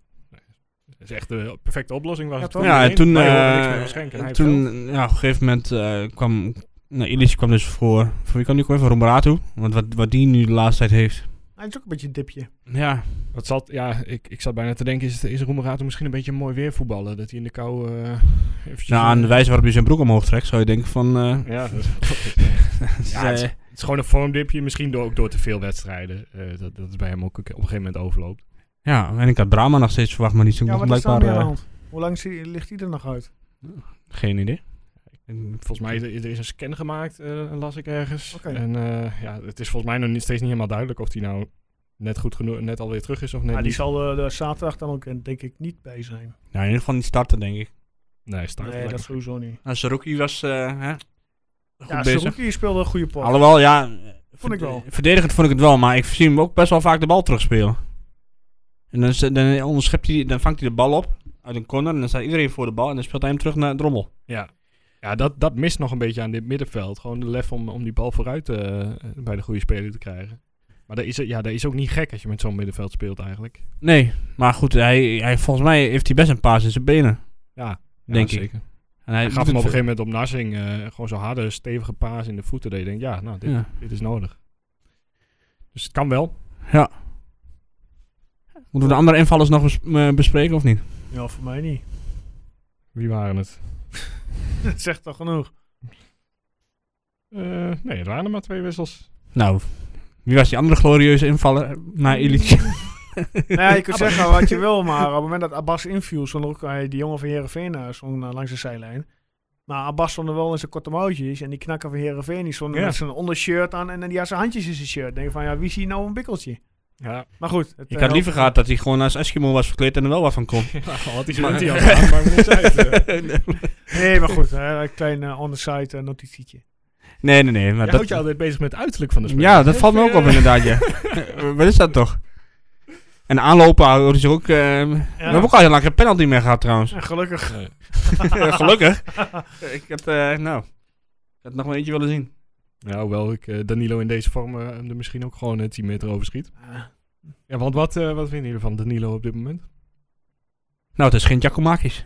Dat is echt de perfecte oplossing was
Ja,
het.
toch?
voor
Ja, en
iedereen.
toen,
Maar je hoorde
eh,
niks meer van Schenk en hij vertelde.
toen ja, op een gegeven moment eh, kwam... Nou, Illich kwam dus voor... Voor wie kan die ook weer? Van Romeratu. Want wat, wat die nu de laatste tijd heeft...
Hij Ah, is ook een beetje een dipje.
Ja,
Wat zat, ja, ik, ik zat bijna te denken, is, is Roemerato misschien een beetje mooi weer voetballen? Dat hij in de kou eh eventjes...
nou, aan de wijze waarop hij zijn broek omhoog trekt... zou je denken van... eh,
Ja, dat-
zij-
ja, (laughs) het, is,
eh,
het is gewoon een vormdipje, misschien door, ook door te veel wedstrijden. Eh, dat, dat is bij hem ook op een gegeven moment overloopt.
ja, en ik had Brahma nog steeds verwacht... maar die is ook
Ja,
nog
wat is er
blijkbaar...
nou aan de
eh,
hand? Hoe lang is die- ligt hij er nog uit?
geen idee.
Volgens mij is er- er is een scan gemaakt, eh, las ik ergens.
Oké.
En eh, ja, het is volgens mij nog niet, steeds niet helemaal duidelijk of hij nou net goed genoeg, net alweer terug is of net
Ja, Ah, die
niet.
zal er er zaterdag dan ook eh, denk ik niet bij zijn.
Nou, in ieder geval niet starten, denk ik.
Nee, start
Nee,
lekker.
dat sowieso niet.
Nou, Saruki was... eh, hè, goed
Ja,
bezig.
Saruki speelde een goede pot.
Alhoewel, ja... eh,
Vond ik wel.
Verdedigend vond ik het wel, maar ik zie hem ook best wel vaak de bal terugspelen. En dan, is- dan, onderschept hij, dan vangt hij de bal op uit een corner en dan staat iedereen voor de bal en dan speelt hij hem terug naar Drommel.
Ja, ja dat, dat mist nog een beetje aan dit middenveld. Gewoon de lef om, om die bal vooruit eh, bij de goede speler te krijgen. Maar dat is, ja, dat is ook niet gek als je met zo'n middenveld speelt eigenlijk.
Nee, maar goed, hij, hij, volgens mij heeft hij best een paas in zijn benen,
Ja,
denk
ja,
ik.
zeker.
En hij
Hij
doet
gaf hem op
het
een gegeven moment op Narsing eh, gewoon zo'n harde, stevige paas in de voeten. Dat je denkt, ja, nou, dit,
Ja.
dit is nodig. Dus het kan wel.
ver- Moeten we de andere invallers nog bes- eh, bespreken of niet?
Ja, voor mij niet. (laughs)
Wie waren het?
dat zegt toch genoeg.
Eh, nee, het waren er maar twee wissels.
Nou, wie was die andere glorieuze invaller na
(laughs)
Illich?
Nou ja,
(laughs)
je kunt zeggen wat je wil, maar op het moment dat Abbas inviel, stond er ook eh, die jongen van Heerenveen eh, stond, eh, langs de zijlijn. Maar Abbas stond er wel in zijn korte mouwtjes en die knakker van Heerenveen die stond er
Ja.
met zijn ondershirt aan en, en die had zijn handjes in zijn shirt. Denk van, ja, wie zie je nou een bikkeltje?
(laughs) Ja,
Maar goed. het,
Ik
eh,
had liever gehad dat hij gewoon als Eskimo was verkleed en er wel wat van
(laughs)
kon.
had hij
Maar-
zijn die aan, maar (laughs) moest uit. eh.
Nee, maar goed. eh, een klein eh, on-the-side eh, notitietje.
Nee, nee, nee. Maar
Je
dat,
houdt je altijd bezig met het uiterlijk van de speler.
Ja, dat valt me ook op inderdaad, (laughs) ja. Eh, Wat is dat toch? En aanlopen houden ze ook... eh, We hebben ook al heel lang geen penalty meer
(laughs)
gehad trouwens.
En gelukkig. (laughs)
eh, Gelukkig. ik had, eh, nou, ik had nog wel eentje willen zien.
Ja, hoewel ik eh, Danilo in deze vorm eh, hem er misschien ook gewoon een 10 meter overschiet.
Ah,
Ja, want wat, eh, wat vinden jullie van Danilo op dit moment?
Nou, het is geen Giacomakis.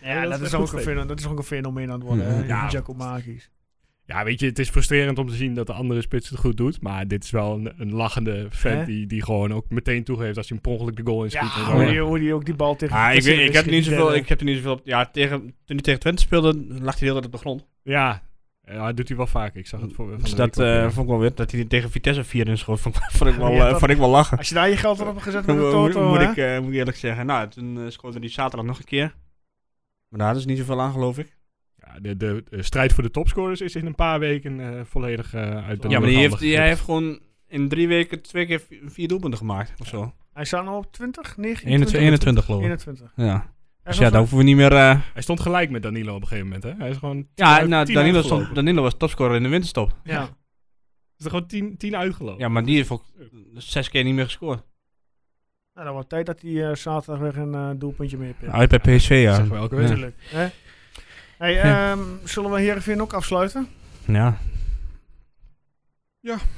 Ja, dat, is ook een feno- dat is ook een fenomeen aan het worden.
Mhm.
hè,
Ja.
Giacomakis.
Ja, weet je, het is frustrerend om te zien dat de andere spits het goed doet. Maar dit is wel een, een lachende
Hè?
vent die, die gewoon ook meteen toegeeft als hij hem per ongeluk de goal inschiet. en
Ja,
zo.
hoe die, hoe die ook die bal tegen...
Ah, ik, weet, ik, heb niet zoveel,
Ja.
ik heb er niet zoveel op. Ja, tegen, toen hij tegen Twente speelde, lag hij de hele tijd op de grond.
Ja, ja, dat doet hij wel vaker. Ik zag het voor. van
Dus
de
dat
week ook
eh,
weer.
vond ik wel weer. Dat hij tegen Vitesse 4 inschoot, vond, ik- (laughs) vond, ik wel,
Ja,
eh,
dat-
vond ik wel lachen.
Als je daar je geld erop gezet met de
Moet, moet,
toto,
moet
hè?
ik, eh, moet ik eerlijk zeggen. Nou, toen eh, scoorde hij zaterdag nog een keer. Maar daar is niet zoveel aan, geloof ik.
ja, de, de, eh, strijd voor de topscorers is in een paar weken eh, volledig eh uit de
ja, maar die
handen
heeft,
gegript.
hij heeft gewoon in drie weken twee keer vi- vier doelpunten gemaakt. Of zo.
Hij staat nog op 20, 19,
21, 21 geloof ik.
21.
Ja.
Hij
Dus
is
ja,
nog
daar
zo-
hoeven we niet meer... eh,
Hij stond gelijk met Danilo op een gegeven moment, hè? Hij is gewoon
ja,
uit-
nou,
tien
Danilo,
uitgelopen.
stond- Danilo was topscorer in de winterstop.
Ja.
Is er gewoon tien, tien uitgelopen?
Ja, maar die heeft ook zes keer niet meer gescoord.
Nou, dan wordt tijd dat hij eh, zaterdag weer een eh, doelpuntje meer pikt.
Uit bij PSV, ja.
Dat zeggen we elke week.
Ja.
Natuurlijk. Hè? Hey,
Ja.
ehm, zullen we Heerenveen ook afsluiten?
Ja.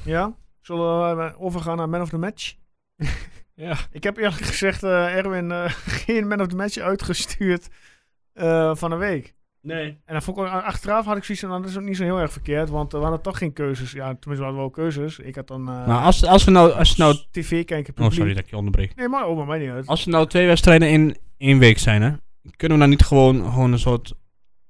Ja? Zullen we eh, overgaan naar Man of the
(laughs)
Match?
Ja.
Ik heb eerlijk gezegd, eh, Erwin, eh, (laughs) geen Man of the Match uitgestuurd eh, van de week.
Nee.
En dan vond ik, ook- achteraf had ik zoiets van, nou, dat is ook niet zo heel erg verkeerd, want eh, we hadden toch geen keuzes. Ja, tenminste, we hadden wel keuzes. Ik had dan eh,
Maar als, als we nou... Als we nou
tv-kijker
oh,
publiek.
sorry dat ik je onderbreek.
Nee, maar oh, maar mij niet uit.
Als er nou twee wedstrijden in één week zijn, hè, kunnen we dan niet gewoon, gewoon een soort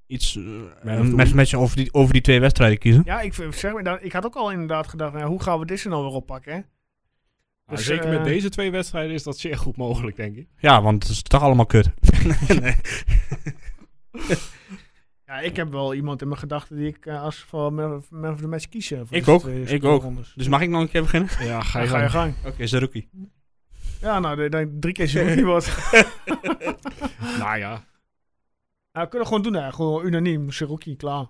iets eh, een match- match over die, over die twee wedstrijden kiezen?
Ja, ik, vind- zeg maar, dan- ik had ook al inderdaad gedacht, nou, hoe gaan we dit er nou weer oppakken, hè?
Maar
Dus,
zeker
eh,
met deze twee wedstrijden is dat zeer goed mogelijk, denk ik.
Ja, want het is toch allemaal kut. (laughs) nee.
Ja, ik heb wel iemand in mijn gedachten die ik eh, als voor Man of Man of the Match kies. eh, voor
Ik
deze
ook,
twee
ik
speelrondes.
Dus mag ik nog een keer beginnen?
Ja, ga
Dan ga je gang.
Oké, okay, Zeruki.
Ja, nou, dan- dan drie keer zo niet wat.
(laughs)
Nou ja.
Nou, we kunnen gewoon doen, hè. gewoon unaniem. Cherokee, klaar.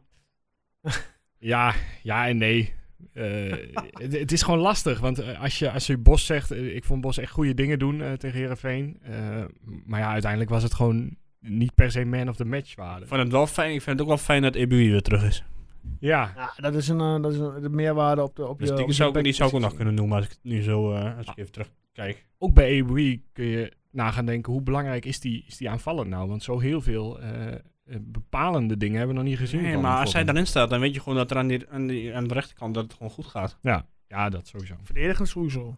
Ja, ja en nee. Eh, (laughs) het, het is gewoon lastig, want eh, als je, als je Bos zegt, eh, ik vond Bos echt goede dingen doen eh, tegen Herenveen. maar ja, uiteindelijk was het gewoon niet per se man of the match waarde.
Ik vind het wel fijn, ik vind het ook wel fijn dat Ebui weer terug is.
Ja,
Ja, dat is een, eh, dat is een de meerwaarde op de op
Dus
je, op
die
je
zou ik, die zou ik
backpositie.
ook nog kunnen noemen als ik het nu zo, eh, als ik even terugkijk.
ook bij EBUI kun je nagaan denken, hoe belangrijk is die, is die aanvallend nou? Want zo heel veel eh, eh, bepalende dingen hebben we nog niet gezien.
Nee,
van
maar
hem,
als zij
volgens
daarin staat, dan weet je gewoon dat er aan, die, aan, die, aan de rechterkant dat het gewoon goed gaat.
mij. Ja, ja, dat sowieso.
Verdedigend sowieso.
Dus-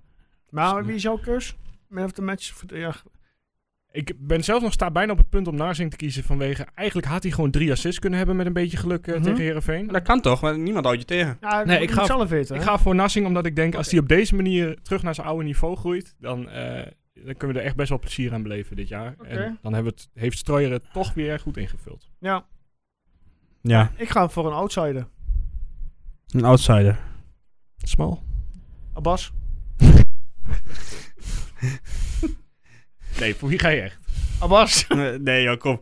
Maar wie is jouw keus? Man of the Match? Verde- Ja,
Ik ben zelf nog sta bijna op het punt om Narsing te kiezen vanwege... Eigenlijk had hij gewoon drie assists kunnen hebben met een beetje geluk eh,
Mhm.
tegen Herenveen.
Maar dat kan toch, want niemand houdt je tegen.
ja dat
Nee,
moet
ik
je
ga-
zelf weten.
Ik
hè.
ga voor Narsing omdat ik denk... als hij op deze manier terug naar zijn oude niveau groeit... dan, eh, dan kunnen we er echt best wel plezier aan beleven dit jaar. En dan hebben we het, heeft Strooier het toch weer goed ingevuld.
Ja,
Ja,
ik ga voor een outsider.
een outsider.
Smal.
Abbas.
Nee, voor wie ga je echt?
Abbas.
Nee, (laughs) nee, joh, kom.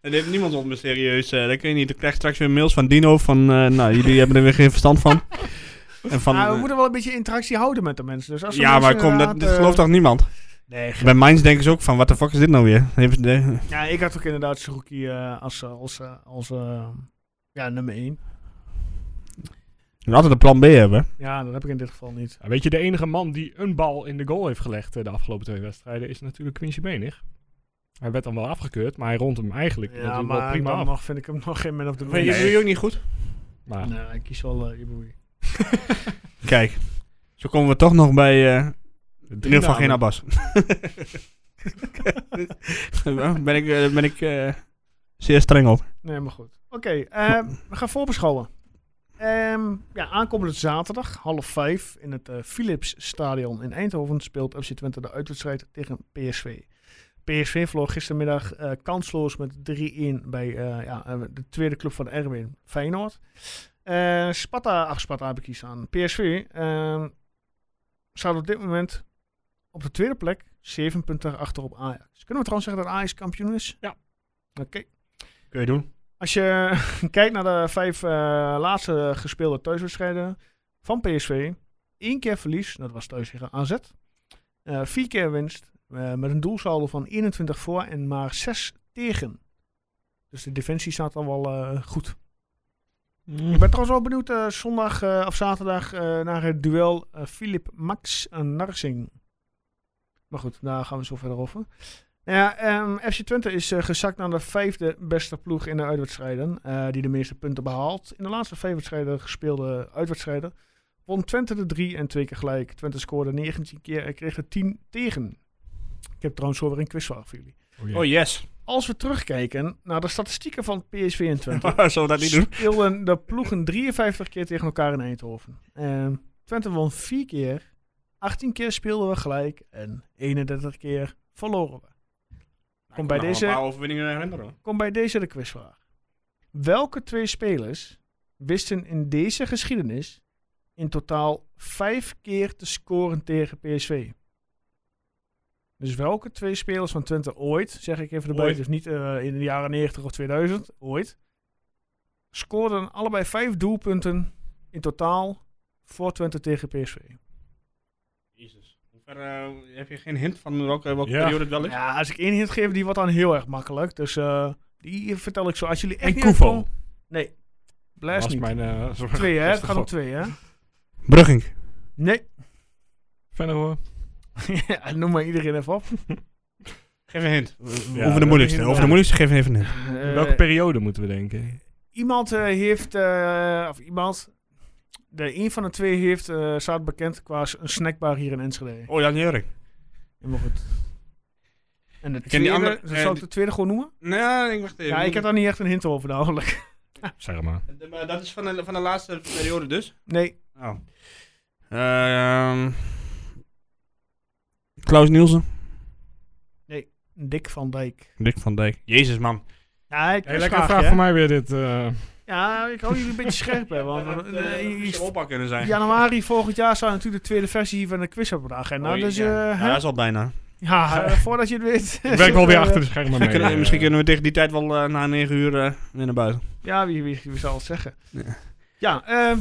En heeft niemand op me serieus. eh dat kun je niet. Ik krijg straks weer mails van Dino van... eh, nou, jullie hebben er weer geen verstand (laughs) van. En van
Nou, we
eh,
moeten wel een beetje interactie houden met de mensen. Dus als de
ja,
mensen
maar kom, dat,
inderdaad,
dat
eh,
gelooft toch niemand?
Nee,
Bij Minds denken ze ook van, wat de fuck is dit nou weer? Heeft- de-
Ja, ik had ook inderdaad Saruki eh, als, eh, als, eh, als eh, ja, nummer 1.
Je moet altijd een plan B hebben.
Ja, dat heb ik in dit geval niet.
Ja, Nou, weet je, de enige man die een bal in de goal heeft gelegd... eh, de afgelopen twee wedstrijden is natuurlijk Quincy Benig. Hij werd dan wel afgekeurd, maar hij rond hem eigenlijk
Ja,
natuurlijk wel
maar
prima
dan
af.
nog vind ik hem nog geen man of the match.
Maar je doe je ook niet goed.
Maar
Nee, ik kies wel eh Ibrahim.
Kijk, zo komen we toch nog bij... eh, in ieder geval geen
namen.
(laughs) Abbas. ben ik, eh, ben ik eh, zeer streng op.
Nee, maar goed. Oké, ehm, we gaan voorbeschouwen. Ehm, ja, aankomende zaterdag, half vijf, in het eh, Philips Stadion in Eindhoven speelt FC Twente de uitwedstrijd tegen PSV. PSV verloor gistermiddag eh, kansloos met 3-1 bij eh, ja, eh, de tweede club van Erwin, Feyenoord. Eh Sparta, ach Sparta heb ik iets aan. PSV ehm, staat op dit moment op de tweede plek, 7 punten achter op Ajax. Kunnen we trouwens zeggen dat Ajax kampioen is?
Ja.
Oké.
Kun je doen.
Als je (laughs) kijkt naar de vijf eh, laatste gespeelde thuiswedstrijden van PSV. één keer verlies, dat was thuis tegen AZ. Eh, vier keer winst, eh, met een doelsaldo van 21 voor en maar 6 tegen. Dus de defensie staat al wel eh, goed. Ik ben trouwens wel benieuwd eh, zondag eh, of zaterdag eh, naar het duel eh, Filip Max en Narsing. Maar goed, daar gaan we zo verder over. Nou ja, ehm, FC Twente is eh, gezakt naar de vijfde beste ploeg in de uitwedstrijden. eh, die de meeste punten behaalt. In de laatste vijf wedstrijden gespeelde uitwedstrijden won Twente de drie en twee keer gelijk. Twente scoorde 19 keer en kreeg er 10 tegen. Ik heb trouwens zo weer een quizvraag voor jullie.
Oh yes. (laughs)
Als we terugkijken naar de statistieken van PSV en
(laughs)
Twente
Zullen we dat niet doen?
speelden de ploegen 53 keer tegen elkaar in Eindhoven. Ehm, Twente won 4 keer, 18 keer speelden we gelijk en 31 keer verloren we.
Nou,
Kom bij, deze,
overwinningen herinneren hoor.
kom bij deze de quizvraag. Welke twee spelers wisten in deze geschiedenis in totaal 5 keer te scoren tegen PSV? Dus welke twee spelers van Twente ooit, zeg ik even erbij,
Ooit.
dus niet eh, in de jaren 90 of 2000, ooit, scoorden allebei vijf doelpunten in totaal voor Twente tegen PSV.
Jezus. Hoe ver, eh, heb je geen hint van welke, welke
Ja.
periode het wel is?
Ja, als ik één hint geef, die wordt dan heel erg makkelijk. Dus eh, die vertel ik zo. Als jullie echt
En
niet
Koevo.
uitkomen- Nee, blijf
was
niet.
mijn eh, (laughs) zorg.
Twee, hè? Het gaat om
God.
twee, hè?
Brugging.
Nee.
Verder hoor.
(laughs) Ja, Noem maar iedereen even
(laughs)
op.
Geef een hint.
dat
over de moeilijkste.
inderdaad.
Over de moeilijkste geef even een hint.
Eh,
Welke periode moeten we denken?
iemand eh, heeft, eh, of iemand, de een van de twee heeft, eh, staat bekend qua s- een snackbar hier in Enschede.
Oh, Jan Jurk.
Maar goed. En de
die
tweede,
andere-
zal
eh,
ik
die-
de tweede gewoon noemen?
Nee, ik wacht even.
Ja, ik heb daar niet echt een hint over namelijk.
Zeg maar.
Eh, maar Dat is van de, van de laatste periode dus.
Nee,
Oh. Ehm Klaus Nielsen.
Dick van Dijk.
Dick van Dijk. Jezus man.
Ja, ik
Hey,
is
lekker
graag,
vraag
hè?
voor mij weer dit. eh.
Ja, ik hou jullie een beetje scherp, hè. Want
dat
eh, eh,
zou oppak kunnen zijn.
januari volgend jaar staat natuurlijk de tweede versie van de quiz op de agenda.
Oei,
dus eh,
ja.
hè?
Ja, dat is al bijna.
ja, eh, voordat je het weet...
Ik werk wel weer
eh,
achter de
(laughs)
schermen mee.
Kunnen-
eh.
misschien kunnen we tegen die tijd wel eh, na 9 uur eh, weer naar buiten.
Ja, wie, wie, wie zal het zeggen?
Ja.
Ja, ehm,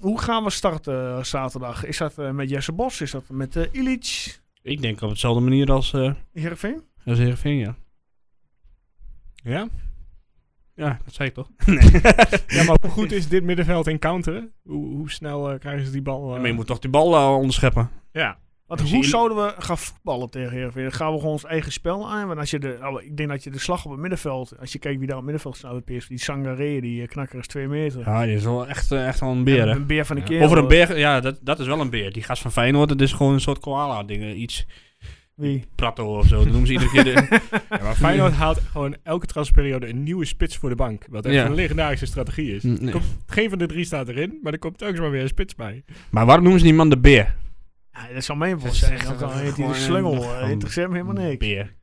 hoe gaan we starten eh, zaterdag? Is dat eh, met Jesse Bos? Is dat met eh Illich?
Ik denk op dezelfde manier als, eh
Heerenveen?
als Heerenveen, ja.
Ja?
Ja, dat zei ik toch?
ja, maar hoe
(laughs)
goed is dit middenveld in counteren? Hoe, hoe snel eh, krijgen ze die bal? eh?
maar je moet toch die bal eh, onderscheppen.
Ja.
Want
Dus
hoe
Ili-
zouden we gaan voetballen tegen Heerenveen? Dan gaan we gewoon ons eigen spel aan? Want als je de, nou, ik denk dat je de slag op het middenveld... Als je kijkt wie daar op het middenveld staat bij PSV... Die Sangaré, die eh, knakker is twee meter.
Ja, die is wel echt, eh, echt wel een beer, hè?
Een beer van de
Ja.
keer.
Over een beer, ja, dat, dat is wel een beer. Die gast van Feyenoord, dat is gewoon een soort koala-ding. Iets
Wie?
pratto of zo. Dat noemen ze iedere keer de...
Ja, maar Feyenoord haalt gewoon elke transferperiode een nieuwe spits voor de bank. Wat echt
Ja.
een legendarische strategie
(laughs)
is.
Nee.
Komt- geen van de drie staat erin, maar er komt telkens maar weer een spits bij.
Maar waarom noemen ze die man de beer?
Ja, dat zou mijn
Dat
woord
is
zijn.
echt
Ook al
een-
heet hij de
gewoon
slungel.
een-
eh,
een-
Interesseert me helemaal niks.
Beer.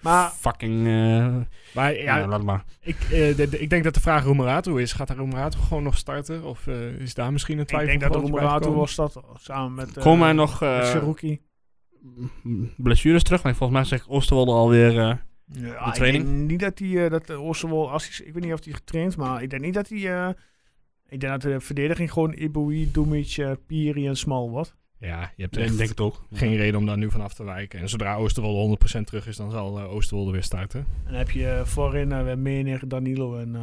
Maar
Fucking... eh,
Maar ja,
ja, laat maar.
ik, eh, de- de- ik denk dat de vraag Roemerato is. Gaat daar Roemerato gewoon nog starten? Of eh, is daar misschien een
ik
twijfel?
denk dat de
groot bij
Roemerato
gekomen?
was dat. Samen met... eh,
Komen er nog eh,
met Seruki.
m- blessures terug? Want volgens mij zegt Oosterwolde alweer... eh
Ja,
De
ik
training?
denk niet dat hij, eh dat eh, Ossewol, als hij, ik weet niet of hij getraind, maar ik denk niet dat hij, eh, ik denk dat de verdediging gewoon Iboui, Dumic, eh, Piri en Smal wordt.
Ja, je hebt
ik
echt
denk het ook.
geen reden om daar nu van af te wijken. En zodra Oosterwolde 100% terug is, dan zal eh, Oosterwolde weer starten.
En dan heb je eh, voorin eh, weer Menig, Danilo en eh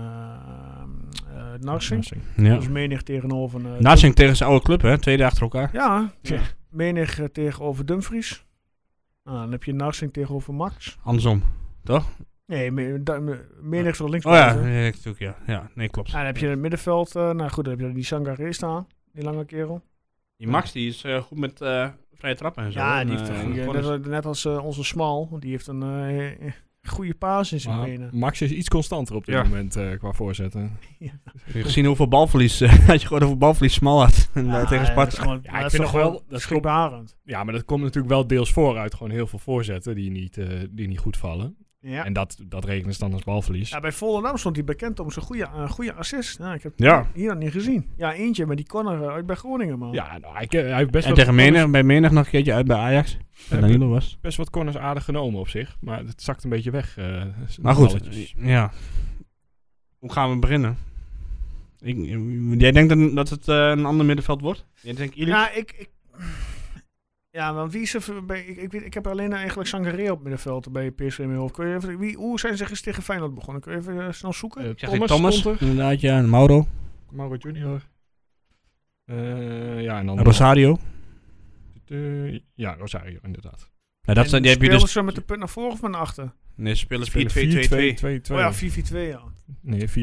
eh, Narsing.
Ja.
Dus Menig tegenover... eh,
Narsing tegen zijn oude club, hè? Tweede achter elkaar.
Ja,
Ja.
Menig eh, tegenover Dumfries. Ah, dan heb je Narsing tegenover Max.
Andersom.
Nee, me, da- me- Menig is wel links.
Oh ja, ja, natuurlijk, ja. ja. Nee, klopt.
En dan heb je in het middenveld, eh, nou goed, dan heb je die Sangaré staan, die lange kerel.
Die Max die is eh, goed met eh, vrije trappen en zo.
Ja,
En,
die heeft
eh,
een goede-
corners.
net, als- net als eh, onze Smal, die heeft een eh, eh, goede paas in zijn
Maar
benen.
Max is iets constanter op dit
Ja.
moment eh, qua voorzetten. (laughs) Dus,
Heb je gezien hoeveel balverlies, eh, (laughs) dat je gewoon hoeveel balverlies smal had en, eh,
Ja,
tegen
dat is
Sparta.
gewoon-
Ja,
dat
ik
is
vind
toch
nog
wel
wel- dat is gewoon-
schrikbarend.
Ja, maar dat komt natuurlijk wel deels vooruit. Gewoon heel veel voorzetten die niet, eh, die niet goed vallen.
Ja.
En dat, dat rekenen ze dan als balverlies.
Ja, bij Volendam stond hij bekend om zijn goede, eh, goede assist. Ja, ik heb
Ja.
hier nog niet gezien. Ja, eentje met die corner eh, uit bij Groningen, man.
Ja, nou, hij, hij heeft best,
En
wat
tegen
corners-
Menig, bij Menig nog een keertje uit bij Ajax. En Danilo was.
best wat corners aardig genomen op zich. Maar het zakt een beetje weg. eh, zijn
Maar goed,
balletjes.
ja. Hoe gaan we beginnen? Ik, jij denkt dan dat het eh, een ander middenveld wordt? Jij denkt Illich?
Ja, ik... ik (sighs) ja, want wie is er... bij- Ik, ik, weet, ik heb alleen nou eigenlijk Sangaré op middenveld bij PSV in mijn hoofd. Kun je even, wie, hoe zijn ze gisteren tegen Feyenoord begonnen? Kun je even eh, snel zoeken?
Eh,
Ik zeg Thomas, inderdaad, ja, en Mauro.
Mauro Junior. Eh, ja, en dan...
Rosario.
Eh, ja, Rosario, inderdaad.
Nou, dat zijn, die heb je
spelen
dus...
ze met de punt naar voren of naar achter?
Nee, ze spelen 4-2-2-2.
Spelen 4-2-2-2.
Oh ja, 4-4-2 ja.
Nee, 4-2-2-2.
4-2-2.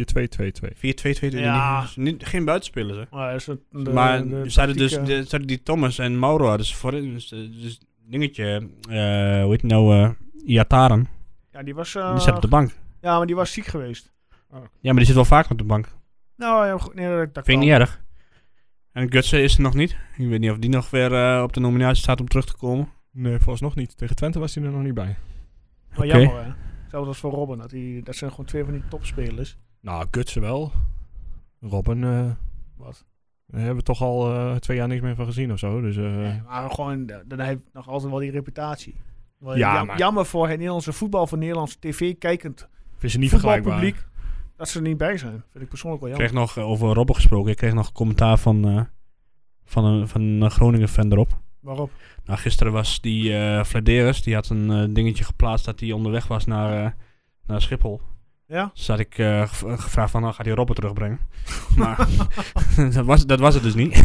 Ja.
Ja. Geen buitenspelers, hè.
Maar, is het de-
maar
de
er zaten dus
tactiek, eh,
er zaten die Thomas en Mauro hadden ze voorin. Dus, eh, dus dingetje, eh hoe heet die nou, eh Iataren.
ja, die was, eh,
die zat op de bank.
ja, maar die was ziek geweest.
Ja, maar die zit wel vaak op de bank.
Nou ja, goed, nee, dat, dat
Vind
kan.
ik niet erg. En Gutsen is er nog niet. Ik weet niet of die nog weer eh, op de nominatie staat om terug te komen.
Nee, volgens nog niet. Tegen Twente was hij er nog niet bij.
Maar
Oké.
jammer hè. Zelfs als voor Robin, dat, die, dat zijn gewoon twee van die topspelers.
Nou, Gutsen wel. Robin, eh,
Wat?
daar hebben we toch al eh, twee jaar niks meer van gezien of zo. Dus, eh,
Nee, maar gewoon, eh, dan heeft nog altijd wel die reputatie. Wel
Ja,
jam-
maar-
Jammer voor het Nederlandse voetbal, voor Nederlandse tv kijkend
Vind ze niet vergelijkbaar.
voetbalpubliek, dat ze er niet bij zijn. Vind ik persoonlijk wel
Ik
jammer.
kreeg nog, eh, over Robben gesproken, ik kreeg nog een commentaar van, eh, van een, van een Groningen-fan erop.
Waarop?
Nou, gisteren was die eh Vladeris, die had een eh, dingetje geplaatst dat hij onderweg was naar, eh, naar Schiphol.
Ja?
Dus had ik eh, gev- eh, gevraagd van, nou, gaat hij Robben terugbrengen? (laughs) maar dat, was, dat was het dus niet.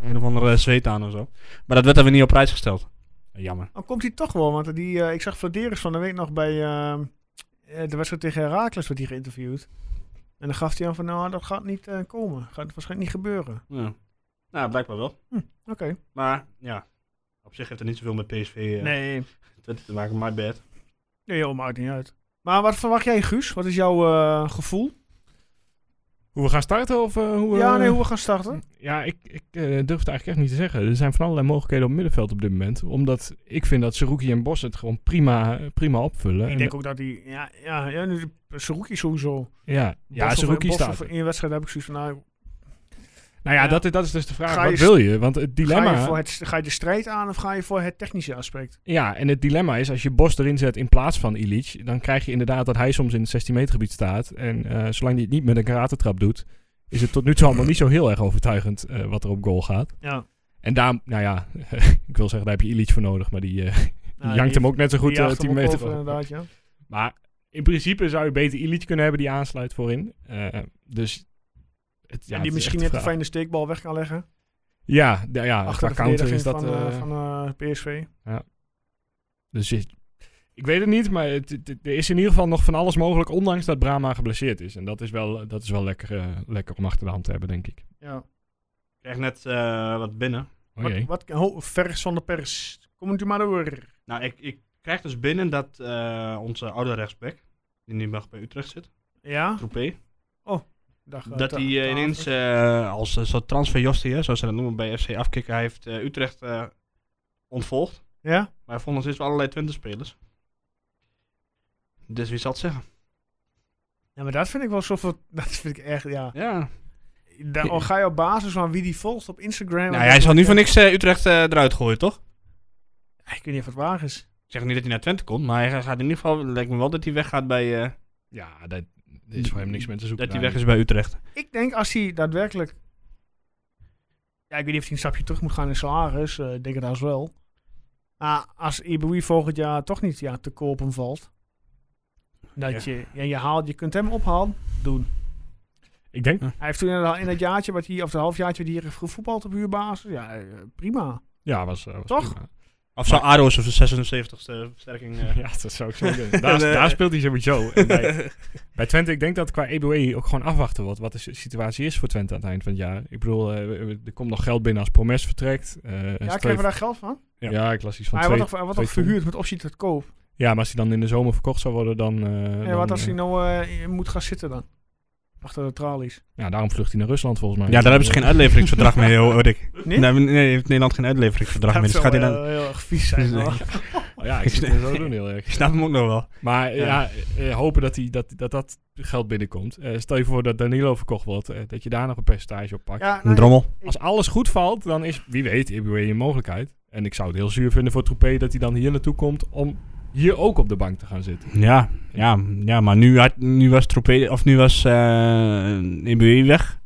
Een of andere zweet aan of zo. Maar dat werd dan weer niet op prijs gesteld. Eh, Jammer.
Dan komt hij toch wel, want die, eh, ik zag Vladeris van de week nog bij eh, eh, de wedstrijd tegen Herakles werd hij geïnterviewd. En dan gaf hij aan van, nou dat gaat niet eh, komen. Gaat waarschijnlijk niet gebeuren.
Ja. Nou, blijkbaar wel.
Oké.
Maar ja, op zich heeft het niet zoveel met PSV eh,
Nee,
Twente te maken. My bad.
nee joh, maakt niet uit. Maar wat verwacht jij Guus? Wat is jouw eh, gevoel?
Hoe we gaan starten of eh, hoe we-
Ja, nee, hoe we gaan starten?
Ja, ik, ik eh, durf het eigenlijk echt niet te zeggen. Er zijn van allerlei mogelijkheden op middenveld op dit moment. Omdat ik vind dat Seruki en Bos het gewoon prima, prima opvullen.
Ik
En-
denk ook dat hij, ja, ja, ja nu- Saruki sowieso.
ja, ja
Bos of-
Seruki
Bos
staat.
of
er.
In je wedstrijd heb ik zoiets van, nou,
Nou ja,
Ja.
Dat, is- dat is dus de vraag.
Ga je
Wat
st-
wil je? Want het dilemma...
ga, je voor het, ga je de strijd aan of ga je voor het technische aspect?
Ja, en het dilemma is, als je Bos erin zet in plaats van Illich, dan krijg je inderdaad dat hij soms in het 16 meter gebied staat. En eh, zolang hij het niet met een karatentrap doet, is het tot nu toe allemaal niet zo heel erg overtuigend eh, wat er op goal gaat.
Ja.
En daar, nou ja, (laughs) ik wil zeggen, daar heb je Illich voor nodig, maar die eh, (laughs)
Nou,
jankt hem ook net zo goed eh, 10 meter
over,
over.
inderdaad, ja.
Maar in principe zou je beter Illich kunnen hebben die aansluit voorin. Eh, dus... Het, ja,
en
het
die
is
misschien
echt
net een
vraag.
fijne steekbal weg kan leggen.
Ja, d- ja
achter de
qua counter
verdediging
is dat...
van, eh,
eh,
van eh, PSV.
Dus je- ik weet het niet, maar het, het- er is in ieder geval nog van alles mogelijk, ondanks dat Brahma geblesseerd is. En dat is wel, dat is wel lekker, eh, lekker om achter de hand te hebben, denk ik.
Ja.
Ik krijg net eh, wat binnen.
Oh jee.
Wat, wat, ho, vers van de pers. Komt u maar door.
Nou, ik, ik krijg dus binnen dat eh, onze oude rechtsback, die nu nog bij Utrecht zit,
Ja?
Troepé,
Dag, eh,
dat
ta-
hij
ta-
eh, ineens eh, als een soort transfer Jostie, hè, zoals ze dat noemen bij FC Afkikken, hij heeft eh, Utrecht eh, ontvolgd.
Ja?
Maar hij vond nog steeds wel allerlei Twente-spelers. Dus wie zal het zeggen?
Ja, maar dat vind ik wel zoveel... (laughs) Dat vind ik echt, ja.
Ja.
Daar al ga je op basis van wie die volgt op Instagram...
nou, hij zal nu voor niks eh, Utrecht eh, eruit gooien, toch?
Ik weet niet of het waar is.
Ik zeg niet dat hij naar Twente komt, maar hij gaat in ieder geval, lijkt me wel dat hij weggaat bij, eh,
Ja, dat er is voor hem niks meer te zoeken.
dat hij weg
daar.
is bij Utrecht.
Ik denk als hij daadwerkelijk... Ja, ik weet niet of hij een stapje terug moet gaan in salaris. eh, ik denk het als wel. Maar als Iboui volgend jaar toch niet ja, te kopen valt... Dat je, ja, je, haalt, je kunt hem ophalen, doen.
Ik denk,
Hij heeft toen in dat- in het jaartje wat hier, of het halfjaartje wat hier heeft gevoetbald op huurbasis. Ja, eh, prima.
ja, was, eh, was
Toch?
prima.
Of zou Aro's of de 76ste versterking... (laughs) eh,
(laughs) Ja, dat zou ik
(laughs)
zo doen. Daar,
eh,
daar speelt hij sowieso. En bij, bij Twente, ik denk dat qua EBOE ook gewoon afwachten wat, wat de s- situatie is voor Twente aan het eind van het jaar. Ik bedoel, eh, we- we- er komt nog geld binnen als Promes vertrekt. eh,
Ja,
als
krijgen we
twee-
daar geld van?
ja. ik las iets van
Maar hij
twee.
wordt toch- hij wordt toch
twee ton.
verhuurd met optie tot koop?
Ja, maar als hij dan in de zomer verkocht zou worden, dan... eh,
En
dan,
wat als hij
eh,
nou eh, moet gaan zitten dan? Achter de tralies.
Ja, daarom vlucht hij naar Rusland volgens mij.
Ja, daar hebben ze geen uitleveringsverdrag mee, hoor ik.
Nee?
Nee? Nee, nee, heeft Nederland geen uitleveringsverdrag meer. Dus
zou
gaat hij
wel,
dan...
eh, heel erg vies
(laughs)
zijn.
Nee.
hoor.
Oh ja, ik zie (laughs) het zo doen heel erg.
Ik snap hem ook nog wel.
Maar ja,
Ja.
eh, hopen dat, die, dat, dat dat geld binnenkomt. Eh, stel je voor dat Danilo verkocht wordt, eh, dat je daar nog een percentage op pakt.
Ja,
Een
nou,
drommel.
Als alles goed valt, dan is, wie weet, Ibue een mogelijkheid. En ik zou het heel zuur vinden voor Troepé dat hij dan hier naartoe komt om hier ook op de bank te gaan zitten.
Ja, ja, ja maar nu, had, nu was Troepé... Of nu was eh EBU weg.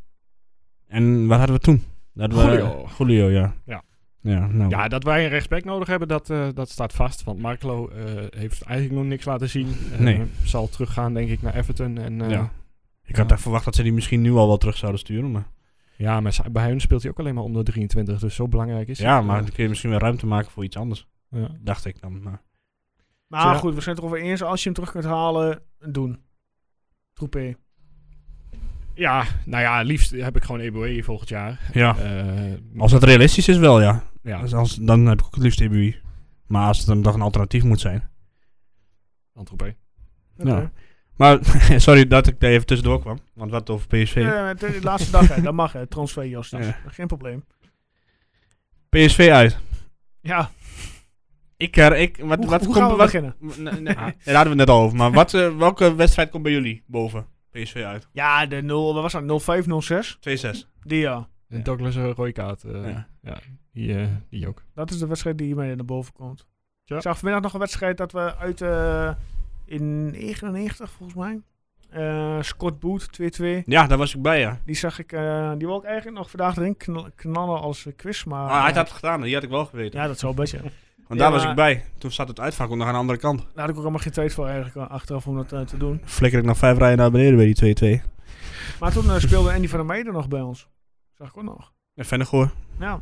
En wat hadden we toen? Dat we,
Julio.
Julio, ja.
Ja.
Ja, nou.
Ja, dat wij een rechtsback nodig hebben, dat, eh, dat staat vast. Want Marklo eh, heeft eigenlijk nog niks laten zien. Eh,
Nee.
Zal teruggaan, denk ik, naar Everton. En eh,
Ja. Ik had
Ja.
echt verwacht dat ze die misschien nu al wel terug zouden sturen. Maar,
Ja, maar zij- bij hun speelt hij ook alleen maar onder 23, dus zo belangrijk is
ja,
hij.
maar dan kun je misschien weer ruimte maken voor iets anders.
Ja.
Dacht ik dan. Maar.
Maar
Ja.
goed, we zijn het erover eens. Als je hem terug kunt halen, doen. Troepé.
ja, nou ja, liefst heb ik gewoon E EBOE volgend jaar.
Ja,
Eh,
als het realistisch is wel, ja.
ja,
Als, als- dan heb ik ook het liefst EBU. Maar als het dan nog een alternatief moet zijn.
Antropé.
Oké.
Ja. Maar (laughs) sorry dat ik daar even tussendoor kwam. Want wat over PSV.
Eh, het is de laatste dag, hè. dat mag, hè. Transferjas, dus
Ja.
geen probleem.
PSV uit.
Ja,
Ik, her- ik, wat,
hoe,
wat
hoe
komt-
gaan we
wat,
beginnen?
(laughs) Nee, nee, daar hadden we het net al over. Maar wat, eh, welke wedstrijd komt bij jullie boven? PSV uit.
Ja, de 0, wat was dat? 05, 06?
2-6.
Die ja.
En Douglas eh, rode kaart. eh,
Ja.
die, eh, die ook.
Dat is de wedstrijd die hiermee naar boven komt.
Ja.
Ik zag vanmiddag nog een wedstrijd dat we uit eh, in 99, volgens mij. Eh, Scott Boot, 2-2.
Ja, daar was ik bij, ja.
Die zag ik, eh, die wil ik eigenlijk nog vandaag erin knal- knallen als eh, quiz, maar...
Ah, hij had het gedaan, die had ik wel geweten.
Ja, dat zou
(laughs)
best, ja.
Want daar
Ja,
was ik
maar-
bij. Toen zat het uitvak ook nog aan de andere kant.
Daar had ik ook allemaal geen tijd voor eigenlijk eh, achteraf om dat eh, te doen.
Flikker ik nog vijf rijen naar beneden bij die 2-2.
Maar toen eh, speelde Andy van der Meijden nog bij ons. Zag ik ook nog.
En Vennegoor.
Ja.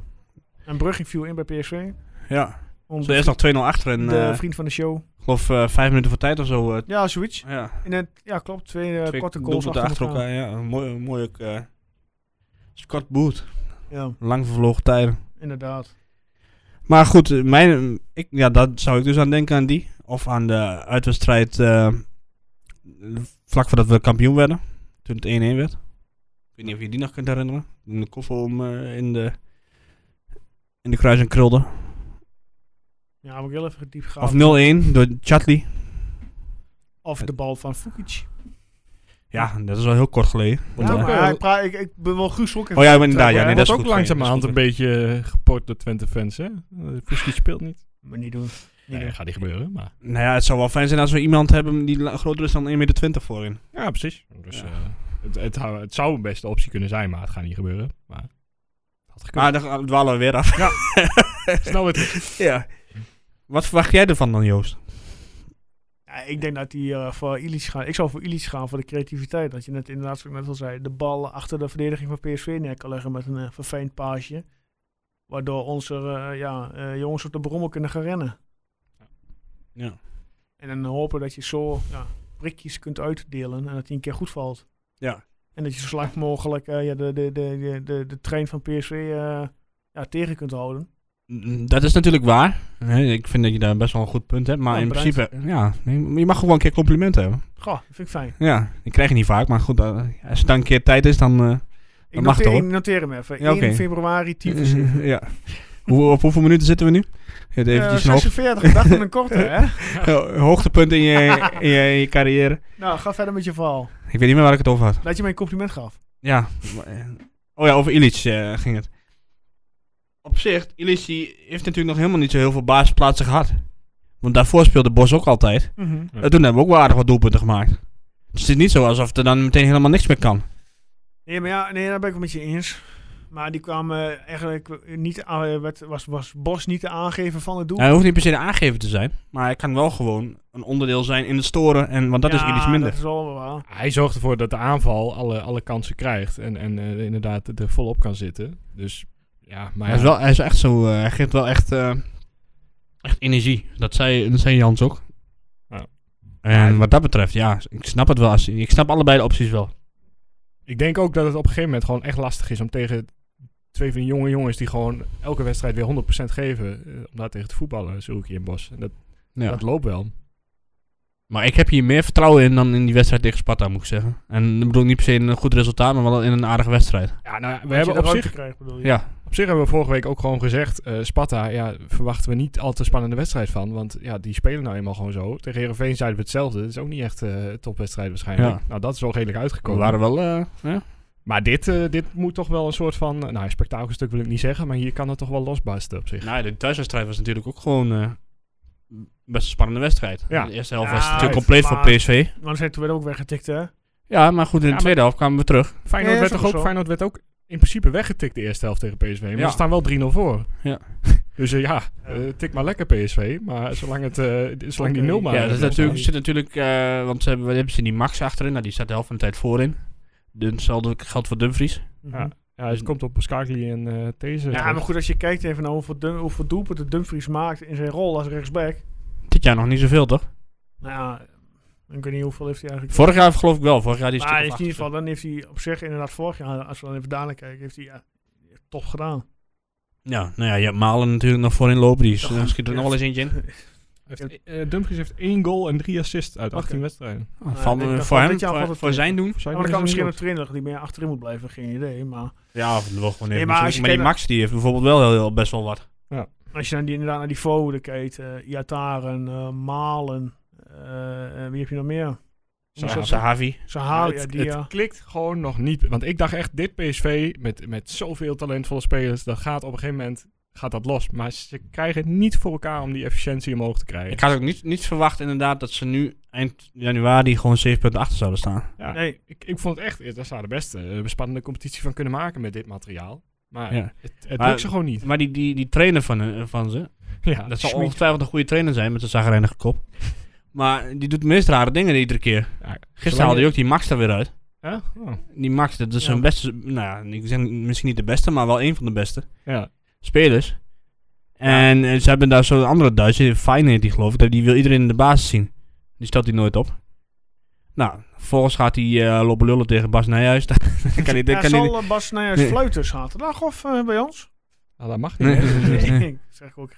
En Brugging viel in bij PSV.
Ja. Ze
Onze
is nog 2-0 achter en
de
eh, ik
vriend van de show.
geloof eh, vijf minuten voor tijd of zo. eh,
Ja, zoiets.
ja.
In het, ja, klopt. Twee, eh,
Twee
korte goals
doelpunten
achter,
achter
elkaar.
elkaar. Ja, een mooi, een mooi ook. eh, Scott Boot.
Ja,
Lang vervlogen tijden.
inderdaad.
Maar goed, eh, mijn, ik, ja, dat zou ik dus aan denken aan die. Of aan de uitwedstrijd eh, vlak voordat we kampioen werden. Toen het 1-1 werd. Ik weet niet of je die nog kunt herinneren. Toen de koffer om eh, in de in de kruis en krulde.
Ja, moet ik heel even diep gaan.
Of
Of,
0-1 door Chatley.
de bal van Fukic.
Ja, dat is wel heel kort geleden.
Ja,
Want, eh,
maar
eh,
hij praat- ik, ik ben wel Guus ook even
oh ja, maar inderdaad.
Ja,
Ja, nee,
dat
dat is
wordt
goed.
ook langzamerhand een
geleden. Dat is
beetje eh, geport door Twente fans, hè? Eh, Fuskic speelt niet.
Maar niet doen. Niet
Nee,
doen.
gaat niet gebeuren, maar...
goed. Nou ja, het zou wel fijn zijn als we iemand hebben die la- groter is dan 1,20 meter voorin.
Ja, precies. Dus,
Ja.
eh, het, het, hou- het zou een beste optie kunnen zijn, maar het gaat niet gebeuren. Maar had gekund.
Maar dan dwalen we weer af. (laughs) Ja.
(laughs) Snel weer terug.
ja. Wat verwacht jij ervan dan, Joost?
Ja, ik denk dat hij eh, voor Illich gaat. Ik zou voor Illich gaan voor de creativiteit. Dat je net inderdaad, zoals ik net al zei, de bal achter de verdediging van PSV neer kan leggen met een eh, verfijnd paasje. Waardoor onze eh, ja, eh, jongens op de brommel kunnen gaan rennen.
Ja.
En dan hopen dat je zo ja, prikjes kunt uitdelen en dat hij een keer goed valt.
Ja.
En dat je zo slecht mogelijk eh, ja, de, de, de, de, de, de trein van PSV eh, ja, tegen kunt houden.
Mm, Dat is natuurlijk waar. Nee, ik vind dat je daar best wel een goed punt hebt. Maar
Ja,
in
bedankt.
principe, ja, nee, je mag gewoon een keer complimenten hebben.
Goh, dat vind ik fijn.
Ja, die krijg je niet vaak. Maar goed, eh, als het dan een keer tijd is, dan... eh,
Ik
mag
noteer,
toch?
ik noteer hem even.
Ja, oké.
1 februari, 10 voor 7.
(laughs) ja. dus Hoe, op hoeveel minuten zitten we nu? Het
Eh,
eventjes een hoog-
46, dacht een
(laughs)
korte, hè?
hoogtepunt in je, in, je, in je carrière.
Nou, ga verder met je verhaal.
Ik weet niet meer waar ik het over had.
Dat je mij een compliment gaf.
Ja. maar, eh, Oh ja, over Illich eh, ging het. Op zich, Illich die heeft natuurlijk nog helemaal niet zo heel veel basisplaatsen gehad. Want daarvoor speelde Bos ook altijd.
Mhm.
En toen hebben we ook wel aardig wat doelpunten gemaakt. Dus het is niet zo alsof er dan meteen helemaal niks meer kan.
Nee, maar ja, nee, daar ben ik het met je eens. Maar die kwam eh, eigenlijk niet aan, eh, werd- was, was Bos niet de aangever van het doel.
Hij hoeft niet per se de aangever te zijn. Maar hij kan wel gewoon een onderdeel zijn in het storen. En, want dat is
Ja,
Illich minder.
Dat is wel waar.
Hij zorgt ervoor dat de aanval alle, alle kansen krijgt en, en eh, inderdaad er volop kan zitten. Dus ja, maar
Hij, is
ja,
wel, hij is echt zo... eh, hij geeft wel echt, eh, echt energie. Dat zei, dat zei Jans ook.
Ja.
En wat dat betreft, ja. Ik snap het wel. Als, ik snap allebei de opties wel.
ik denk ook dat het op een gegeven moment gewoon echt lastig is om tegen twee van die jonge jongens die gewoon elke wedstrijd weer 100% geven, eh, om daar tegen te voetballen, zoek je in Bos. En dat,
Ja.
dat loopt wel.
Maar ik heb hier meer vertrouwen in dan in die wedstrijd tegen Sparta, moet ik zeggen. En ik bedoel niet per se in een goed resultaat, maar wel in een aardige wedstrijd.
Ja, nou, ja, we
We hebben
hebben
je
op
op
zich,
krijgt, bedoel je.
Ja.
op zich hebben we vorige week ook gewoon gezegd, eh, Sparta, ja, verwachten we niet al te spannende wedstrijd van, want ja, die spelen nou eenmaal gewoon zo. Tegen Heerenveen zeiden we hetzelfde, het is ook niet echt eh, topwedstrijd waarschijnlijk.
Ja.
Nou, dat is wel redelijk
We
uitgekomen.
waren wel... eh, ja.
Maar dit, eh, dit moet toch wel een soort van... eh, Nou, spektakelstuk wil ik niet zeggen, maar hier kan het toch wel losbarsten op zich.
Nou, de thuiswedstrijd was natuurlijk ook gewoon eh, best een spannende wedstrijd.
Ja.
De eerste helft
Ja,
was het natuurlijk
uit,
compleet voor
maar-
PSV.
Want hij werd ook weggetikt, hè? Mhm.
Ja, maar goed, in de
maar-
tweede helft kwamen we terug.
Feyenoord,
Ja,
werd
is
toch
ook
ook,
zo.
Feyenoord werd ook in principe weggetikt de eerste helft tegen PSV. Maar
Ja.
ze staan wel 3-0 voor.
Ja.
(laughs) Dus eh, ja, eh, tik maar lekker PSV. Maar zolang, het, eh, zolang die
Oké.
nul maar...
ja, dat is
eh,
natuurlijk, zit
staat.
natuurlijk... eh, want ze hebben, we hebben ze die Max achterin. Nou, die staat de helft van de tijd voorin. Hetzelfde geldt voor Dumfries.
Ja. Ja, dus het komt op Skakli en eh These.
Ja, maar goed, als je kijkt even naar hoeveel, dum, hoeveel doelpunten Dumfries maakt in zijn rol als rechtsback.
Dit jaar nog niet zoveel, toch?
Nou ja, ik weet niet hoeveel heeft hij eigenlijk.
Vorig jaar geloof ik wel. Vorig jaar die is
maar hij
hij
heeft in ieder geval, dan heeft hij op zich inderdaad vorig jaar, als we dan even dadelijk kijken, heeft hij ja, top gedaan.
Ja, nou ja, je hebt Malen natuurlijk nog voorin lopen. Die is,
Ja,
eh, schiet er nog
ja.
wel eens eentje in.
Heeft, eh, Dumfries heeft één goal en drie assists uit 18
Oké.
wedstrijden.
Ah,
Nee,
van,
ik
eh,
dacht
voor
wel
hem,
dit jaar
voor,
valt het
voor zijn doen.
Zijn
Maar dan
die
kan
dus
misschien
niet
een trainer die meer achterin moet blijven, geen idee. Maar
Ja, of wel gewoon
Nee,
even.
maar
Maar,
als je
maar die
kijkt
Max die heeft bijvoorbeeld wel heel, heel best wel wat.
als je dan die, inderdaad naar die Voden kijkt, eh Iataren, eh, Malen, eh, eh, wie heb je nog meer?
Sahavi.
Sahavi.
Sahari,
Maar
ja,
het,
die,
het
ja.
klikt gewoon nog niet. Want ik dacht echt, dit PSV met, met zoveel talentvolle spelers, dat gaat op een gegeven moment gaat dat los. Maar ze krijgen het niet voor elkaar om die efficiëntie omhoog te krijgen.
Ik had ook niet, niet verwacht inderdaad dat ze nu eind januari gewoon 7 punten achter zouden staan.
Ja,
Nee,
ik, ik vond het echt, eh, daar zou de beste eh, spannende competitie van kunnen maken met dit materiaal. Maar
Ja.
het, het
Maar-
lukt ze gewoon
(laughs)
niet.
Maar die, die, die trainer van, eh, van ze,
Ja,
dat zal
Schmid-
ongetwijfeld een goede trainer zijn met zijn zagrijnige kop. Maar die doet de meest rare dingen iedere keer.
Ja,
Gisteren haalde hij ook die Max er weer uit.
Ja? Oh,
Die Max, dat is
Ja.
zijn beste, nou ja, ik zeg misschien niet de beste, maar wel een van de beste
ja.
spelers. En eh, ze hebben daar zo'n andere Duitse, Fijn heet die geloof ik, dat- die wil iedereen in de basis zien. Die stelt hij nooit op. Nou, vervolgens gaat hij eh, lopen lullen tegen Bas Nijhuis. (laughs) Dan kan hij, dan
Ja,
kan hij,
zal eh, Bas Nijers
Nee.
fluiters zaterdag of eh, bij
(laughs)
ons?
Nou, dat mag niet.
Nee. (laughs)
hè?
Nee, (laughs) ik zeg ook.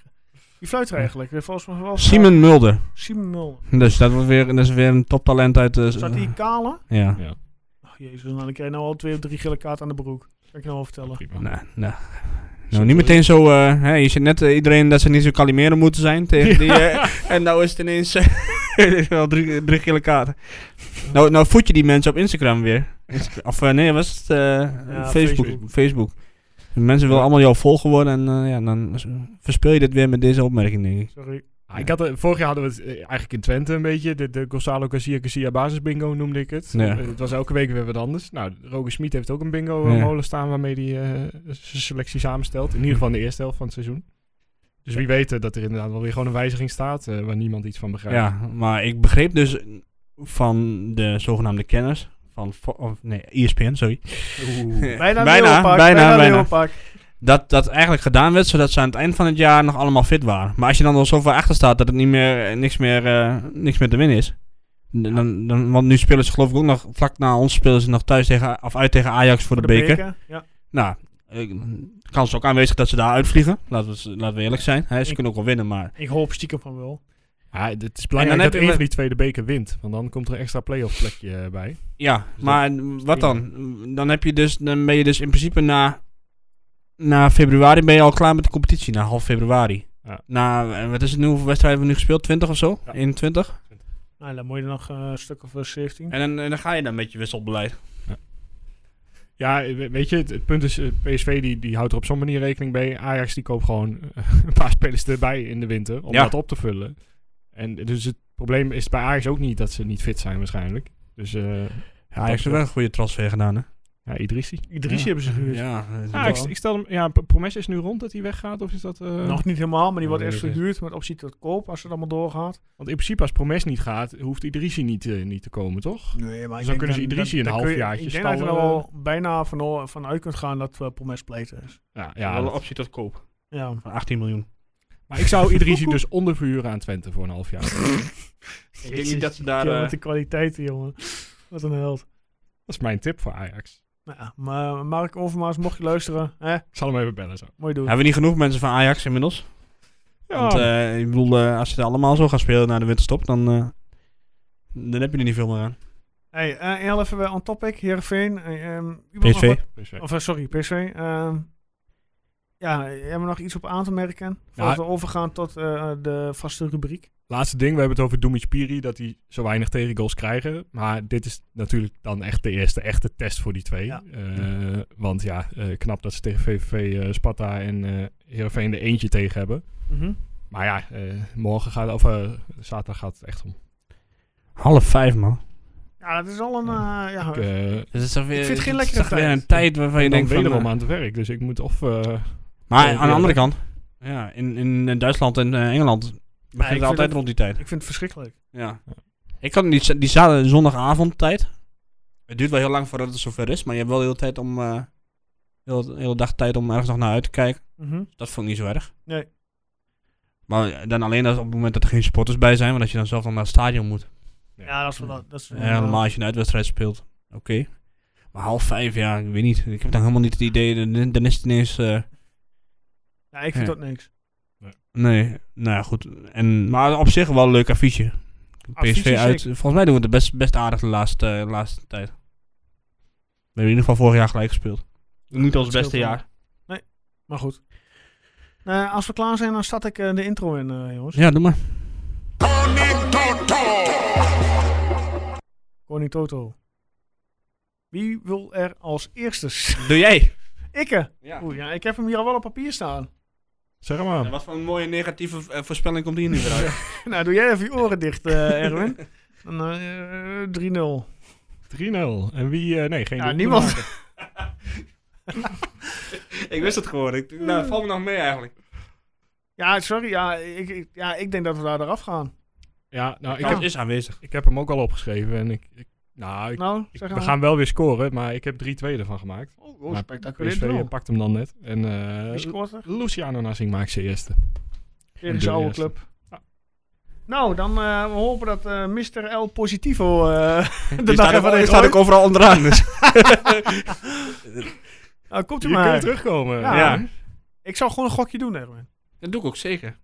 Die fluiter eigenlijk. eh, Volgens mij wel.
Simon Mulder.
Simon Mulder.
Dus dat, wordt weer, dat is weer een toptalent uit... eh,
Is dat die kale?
Ja.
Oh, jezus, nou, dan krijg je nou al twee of drie gele kaarten aan de broek. Kan ik je nou wel vertellen.
Prima.
Nou, nou. nou, niet meteen zo... eh, hè, je zit net eh, iedereen dat ze niet zo kalimeren moeten zijn tegen die... eh, en nou is het ineens... eh, (laughs) wel drie, drie gele kaarten. Nou, nou voed je die mensen op Instagram weer. Insta- Of eh, nee, was het eh, Facebook.
Facebook.
Facebook. Mensen willen allemaal jou volgen worden en eh, ja, dan verspil je dit weer met deze opmerking, denk ik.
Sorry.
Ah, ik had, er- vorig jaar hadden we het eh, eigenlijk in Twente een beetje. De, de Gonzalo Garcia Garcia basisbingo noemde ik het.
Ja.
Eh, het was elke week weer wat anders. Nou, Roger Smit heeft ook een bingo
Ja.
eh, molen staan waarmee hij eh, zijn selectie samenstelt. In ieder geval in de eerste helft van het seizoen. Dus wie weet eh, dat er inderdaad wel weer gewoon een wijziging staat eh, waar niemand iets van begrijpt.
Ja, maar ik begreep dus van de zogenaamde kenners van... Fo- Of, nee, E ESPN, sorry. (laughs)
Oeh.
Bijna,
Bijna,
Leeuwenpark,
bijna, bijna.
Leeuwenpark.
dat dat eigenlijk gedaan werd, zodat ze aan het eind van het jaar nog allemaal fit waren. Maar als je dan al zoveel achter staat dat het niet meer, eh, niks, meer, eh, niks meer te winnen is. n- Dan, dan, want nu spelen ze geloof ik ook nog, vlak na ons spelen ze nog thuis tegen, of uit tegen Ajax voor de, beker.
Ja.
Nou, eh, de kans is ook aanwezig dat ze daar uitvliegen. Laten we, laten we eerlijk zijn. Hè, ze
Ik-
kunnen ook wel winnen, maar...
Ik hoop stiekem van wel.
Ja, het is
En dan
belangrijk
heb
dat
je
één
wel-
van die tweede beker wint. Want dan komt er een extra play-off plekje eh, bij.
Ja,
Dus
maar wat dan? Dan, heb je dus, dan ben je dus in principe na, na februari ben je al klaar met de competitie, na half februari.
Ja.
Na, eh, wat is het nu, hoeveel wedstrijden hebben we nu gespeeld? 20 of zo?
Ja.
21?
Nou, dan moet je er nog eh, een stuk of eh, 17.
En dan, en dan ga je dan met je wisselbeleid.
Ja, eh, we- weet je, het, het punt is, eh, PSV die, die houdt er op zo'n manier rekening mee. Ajax die koopt gewoon eh, (laughs) een paar spelers erbij in de winter om
Ja.
dat op te vullen. En dus het probleem is bij Ajax ook niet dat ze niet fit zijn waarschijnlijk. Dus eh
Ja, Ajax heeft wel een goede transfer gedaan, hè?
ja, Idrissi.
Idrissi hebben ze gehuurd.
Ja, eh,
Ah, ik, ik stel hem, ja, P- Promes is nu rond dat hij weggaat of is dat... eh,
Nog niet helemaal, maar die wordt
Ja,
eerst
weet ik
gehuurd met optie tot koop als het allemaal doorgaat.
Want in principe als Promes niet gaat, hoeft Idrissi niet, eh, niet te komen, toch?
Nee, maar
ik denk kunnen ze dan- Idrissi dan- een dan kun je- halfjaartje
Ik denk dat je er
stallen.
wel bijna van, van uit kunt gaan dat eh, Promes pleet is.
Ja,
ja,
ja
wel een
dat-
optie tot koop.
Ja.
Van 18 miljoen.
maar ik zou
(laughs)
Idrissi dus onderverhuren aan Twente voor een half jaar.
Ik denk niet dat ze daar...
Ja,
eh,
met de kwaliteiten, jongen. Wat een held.
Dat is mijn tip voor Ajax.
Nou, ja, maar Mark Overmaas, mocht je luisteren, hè,
Ik zal hem even bellen zo.
mooi doen.
hebben we niet genoeg mensen van Ajax inmiddels? Want eh, ik bedoel, eh, als ze allemaal zo gaan spelen na de winterstop, dan, eh, dan heb je er niet veel meer aan.
Hey, eh, heel even weer on topic, Heerenveen. eh, ehm, iemand nog
PSV.
wat-
PSV.
Of eh, sorry, PSV. Ehm ja, hebben we nog iets op aan te merken? Voordat we overgaan tot eh, de vaste rubriek.
Laatste ding, we hebben het over Dumic Piri, dat die zo weinig tegengoals krijgen. Maar dit is natuurlijk dan echt de eerste echte test voor die twee.
Ja.
Eh, want ja, eh, knap dat ze tegen VVV, eh, Sparta en eh Heerenveen er eentje tegen hebben. Maar ja, eh, morgen gaat, of eh, zaterdag gaat het echt om.
Half vijf, man.
Ja, dat is al een... eh, ja,
Ik, eh,
Dus het is alweer,
Ik vind het geen
het is
lekkere
toch weer
tijd.
een tijd waarvan je
ik ben
denkt van...
wederom
eh,
aan het werk, dus ik moet of... eh,
maar
Ja,
aan de andere
ja.
kant, ja, in, in, eh, Duitsland en eh, Engeland
ik
begint
vind
het altijd
het-
rond die tijd.
ik vind het verschrikkelijk.
Ja. Ik had die, z- die za- zondagavond tijd. Het duurt wel heel lang voordat het zover is, maar je hebt wel de hele tijd om. eh heel, hele dag tijd om ergens nog naar uit te kijken.
Mhm.
Dat vond ik niet zo erg.
Nee.
Maar dan alleen als op het moment dat er geen supporters bij zijn, want dat je dan zelf dan naar het stadion moet.
Ja, dat is wel... Dat is, eh,
Ja, helemaal als je een uitwedstrijd speelt. Oké. Maar half vijf, ja, ik weet niet. Ik heb dan helemaal niet het idee. Dan- Dan is het ineens. eh,
Ja, ik vind
Ja.
dat niks.
nee, nou ja, goed. En, maar op zich wel een leuk affiche.
Advies
PSV
is
uit.
zeker.
Volgens mij doen we het best, best aardig de laatste, eh, laatste tijd. We hebben in ieder geval vorig jaar gelijk gespeeld. Niet ons
scheelt
beste
wel.
jaar.
Maar goed. Eh, als we klaar zijn, dan start ik eh, de intro in, eh, jongens.
Ja, doe maar.
Koning Toto. Wie wil er als eerste?
Doe jij.
(laughs) Ikke.
Ja.
Oeh, ja, ik heb hem hier al wel op papier staan. (laughs)
Zeg maar.
Wat voor een mooie negatieve eh, voorspelling komt hier nu weer uit.
nou, doe jij even je oren dicht, eh, Erwin. Dan, eh, eh, 3-0.
3-0. En wie... eh, nee, geen
Ja,
doelpunt
niemand.
maken.
(laughs) ik wist het gewoon. Ik, nou, het valt me nog mee eigenlijk.
Ja, sorry. Ja ik, ik- ja, ik denk dat we daar eraf gaan.
Ja, nou, ik
Het
heb,
is aanwezig.
ik heb hem ook al opgeschreven. En ik... ik nou, ik,
nou,
ik-
zeg
we
maar.
gaan wel weer scoren, maar ik heb 3-2 ervan gemaakt.
Oh, oh
Maar
spectaculair.
PSV
duel.
pakt hem dan net. En eh,
Wie scoort er?
Luciano Nassing maakt zijn eerste.
Tegen zijn oude
eerste.
club.
Ja.
Nou, dan eh we hopen dat eh Mr. El Positivo eh (laughs) de
Die
dag
staat,
even
ook, die
erin
staat ook
gooit.
overal onderaan. Dus.
Nou, komt u
Je kunt
maar.
terugkomen.
Ja.
ja.
Ik zou gewoon een gokje doen, Erwin.
Dat doe ik ook zeker. (laughs)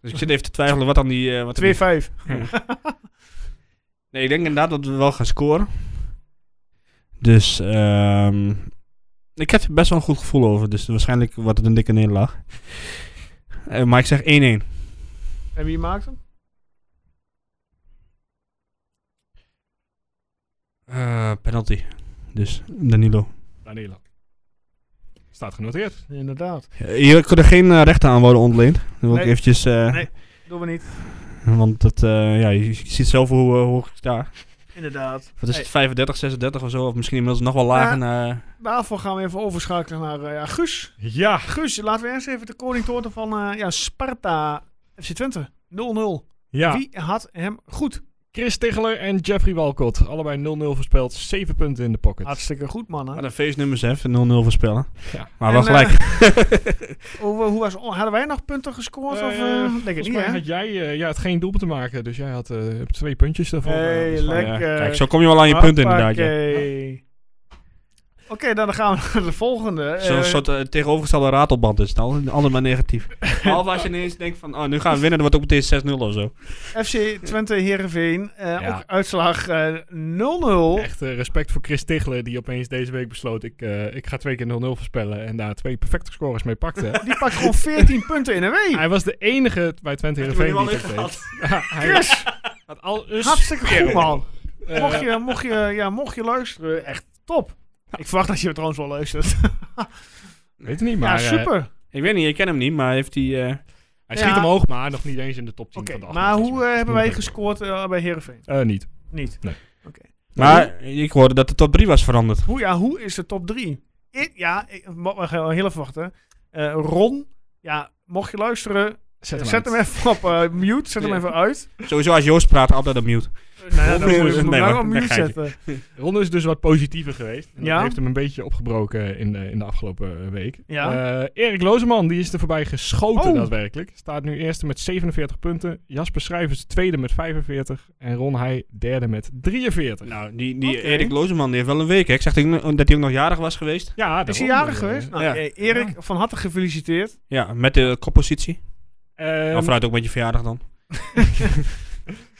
Dus ik zit even te twijfelen wat dan die... eh, wat er
2-5.
die- (laughs) nee, ik denk inderdaad dat we wel gaan scoren. Dus ehm, ik heb er best wel een goed gevoel over. Dus waarschijnlijk wordt het een dikke nederlaag. Eh, maar ik zeg 1-1.
En wie maakt hem?
Eh, penalty. Dus Danilo.
Danilo. Staat genoteerd.
Inderdaad.
Hier kunnen geen eh, rechten aan worden ontleend. Dat wil ik
Nee.
eventjes... eh,
Nee. Doen we niet.
Want dat, eh, ja, je, je ziet zelf hoe eh, hoog ik sta.
Inderdaad.
Wat is
Hey,
het, 35, 36 of zo? Of misschien inmiddels nog wel lager. eh,
daarvoor gaan we even overschakelen naar eh, ja, Guus.
Ja.
Guus, laten we eerst even de koning toorten van eh, ja, Sparta FC Twente. 0-0.
Ja.
Wie had hem goed?
Chris Ticheler en Jeffrey Walcott. Allebei 0-0 voorspeld. 7 punten in de pocket.
Hartstikke goed, man. Hè?
Wat een feestnummers heeft, 0-0 voorspellen.
Ja.
Maar wel
En, eh,
gelijk.
Hoe, hoe was, oh, hadden wij nog punten gescoord?
Eh,
of, eh denk het
Volgens
niet,
mij
hè?
had jij eh, ja, het geen doelpunt te maken. Dus jij had eh, hebt twee puntjes daarvoor.
Hey,
Eh, dus van-
lekker.
Ja, kijk, zo kom je wel aan je punten inderdaad. Ja.
Hoppakee. Oké, dan gaan we naar de volgende.
Zo'n
Eh,
soort eh, tegenovergestelde ratelband is het al. Allemaal maar negatief.
(laughs)
Behalve als je ineens denkt van, oh, nu gaan we winnen. Dan wordt het ook meteen 6-0 of zo.
FC Twente Heerenveen. eh,
Ja.
Ook uitslag eh, 0-0.
Echt eh, respect voor Chris Tichler die opeens deze week besloot... ik, eh, ik ga twee keer 0-0 voorspellen en daar twee perfecte scores mee pakte.
Die pakt gewoon 14 punten in een week.
hij was de enige bij Twente Heerenveen die dat deed. (laughs) Hij
Chris,
had al een
hartstikke goed man.
dus Eh,
Mocht je, mocht, je, ja, mocht je luisteren, echt top. Ik verwacht dat je het trouwens wel luistert.
Nou
Weet het niet, maar
ja,
eh,
super.
Ik weet niet, ik ken hem niet, maar heeft hij... eh,
hij schiet
Ja.
omhoog, maar nog niet eens in de top 10
Oké,
van de
maar hoe
afgelopen
eh,
seizoen.
hebben wij gescoord eh, bij Heerenveen?
Eh, niet.
Niet.
maar ik hoorde dat de top 3 was veranderd.
Hoe, ja, hoe is de top 3? Ja, ik, mo- we gaan heel even wachten. Eh, Ron, ja, mocht je luisteren,
Zet hem
zet hem
uit.
even op eh, mute. Zet hem
Ja.
even uit.
Sowieso als Joost praat, altijd op mute.
Eh, nou ja, dan moet je
Nee,
hem
hoor,
lang op
dat
mute
geintje.
zetten.
Ron is dus wat positiever geweest. En
Ja.
Dat heeft hem een beetje opgebroken in de, in de afgelopen eh, week.
Ja.
Eh, Erik Lozeman, die is er voorbij geschoten
Oh.
daadwerkelijk. Staat nu eerste met 47 punten. Jasper Schrijvers tweede met 45. En Ron Heij derde met 43.
Nou, die, die
Oké.
Erik Lozeman die heeft wel een week. Hè? Ik zag dat hij ook- dat hij ook nog jarig was geweest.
Ja,
Is hij
daarom.
jarig
Eh,
geweest? Nou,
ja.
eh, Erik, van harte gefeliciteerd.
Ja, met de koppositie.
ehm,
nou, vooruit ook met je verjaardag dan.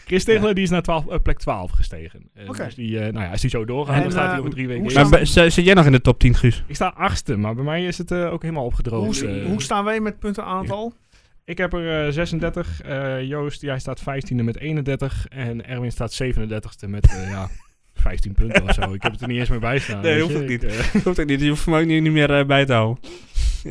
Chris Tegler die is naar 12, eh, plek 12 gestegen. Eh,
Oké.
Dus die, eh, nou ja, als hij zo doorgaat,
En,
dan staat
eh,
hij over drie weken.
hoe
in.
staan-
Maar ben- zit zit jij nog in de top 10, Guus? (laughs)
Ik sta achtste, maar bij mij is het eh, ook helemaal opgedroogd.
Hoe,
Eh,
hoe staan wij met puntenaantal?
Ik heb er eh, 36. eh, Joost, jij staat 15e met 31. En Erwin staat 37e met eh, (laughs) ja, 15 punten of zo. Ik heb het er niet eens meer bij staan.
Nee,
weet
hoeft
je.
ook niet.
eh,
Hoeft ook niet, je hoeft me ook niet, niet meer eh, bij te houden.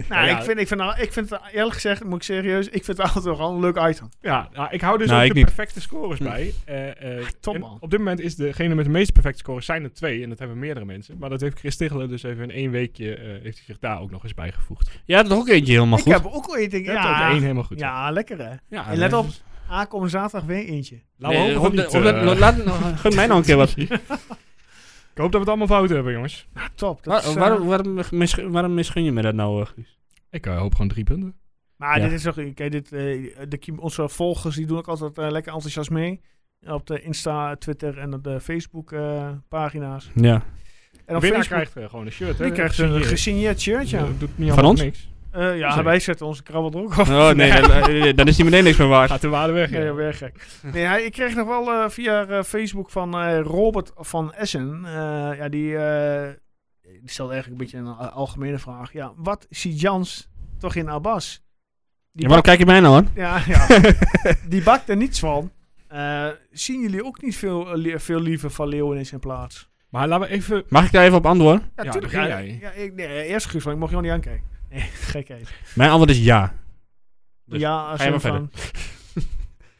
Nou,
ja.
ik, vind, ik, vind, nou, ik vind het eerlijk gezegd, moet ik serieus, ik vind het (laughs) altijd wel gewoon een leuk item.
(laughs) ja, nou, ik hou dus
Nou,
ook
ik
de
niet.
perfecte scores bij. Eh, eh,
top,
en
man.
Op dit moment is degene met de meeste perfecte scores zijn er twee. En dat hebben meerdere mensen. Maar dat heeft Chris Tichelen dus even in één weekje eh, heeft hij zich daar ook nog eens bijgevoegd.
Jij had er ook eentje helemaal
ik
goed.
heb ook al één ding.
Je hebt er ook
Ja,
één helemaal goed.
ja, lekker hè.
Ja,
En let op, aankomende zaterdag weer eentje.
Laat me hopen
op
van (laughs)
de- (laughs)
niet,
op de-
eh.
laat- Gun mij nou een keer wat.
Ik hoop dat we het allemaal fout hebben, jongens.
Top. Dat
Waar-
is, eh,
waarom, waarom, mis- waarom misgun je me dat nou, eh, Guus?
Ik eh, hoop gewoon drie punten.
Maar
Ja.
dit is toch, kijk, dit, eh, de, kiem- onze volgers die doen ook altijd eh, lekker enthousiast mee. Op de Insta, Twitter en op de Facebook eh, pagina's.
Ja.
En op
Winnaar
Facebook,
krijgt eh, gewoon een shirt, hè?
die krijgt een
Gesigneerd.
gesigneerd shirt, ja.
Dat doet niet
Van
anders
ons?
niks.
Eh, ja,
Zeker.
wij zetten onze krabbel er ook (laughs) op.
Oh nee, dan, eh, dan is die meteen niks meer waard.
Gaat de waarde weg.
Ja,
ja.
ja, weer gek. Nee, hij, ik kreeg nog wel eh, via eh, Facebook van eh, Robert van Essen. eh, ja, die, eh, die stelde eigenlijk een beetje een eh, algemene vraag. Ja, wat ziet Jans toch in Abbas? Die
Ja, waarom kijk je mij nou aan?
Ja, (laughs) ja. die bakt er niets van. Eh, zien jullie ook niet veel, eh, li- veel liever van Leeuwen in zijn plaats?
Maar laten we even...
Mag ik daar even op antwoorden?
Ja,
tuurlijk.
begin
ja,
jij.
ja, ik, nee, eerst Guus, want ik mocht jou niet aankijken. Nee, (laughs) gekheid.
Mijn antwoord is ja. Dus
ja, als
ga je
een
maar verder.
(laughs)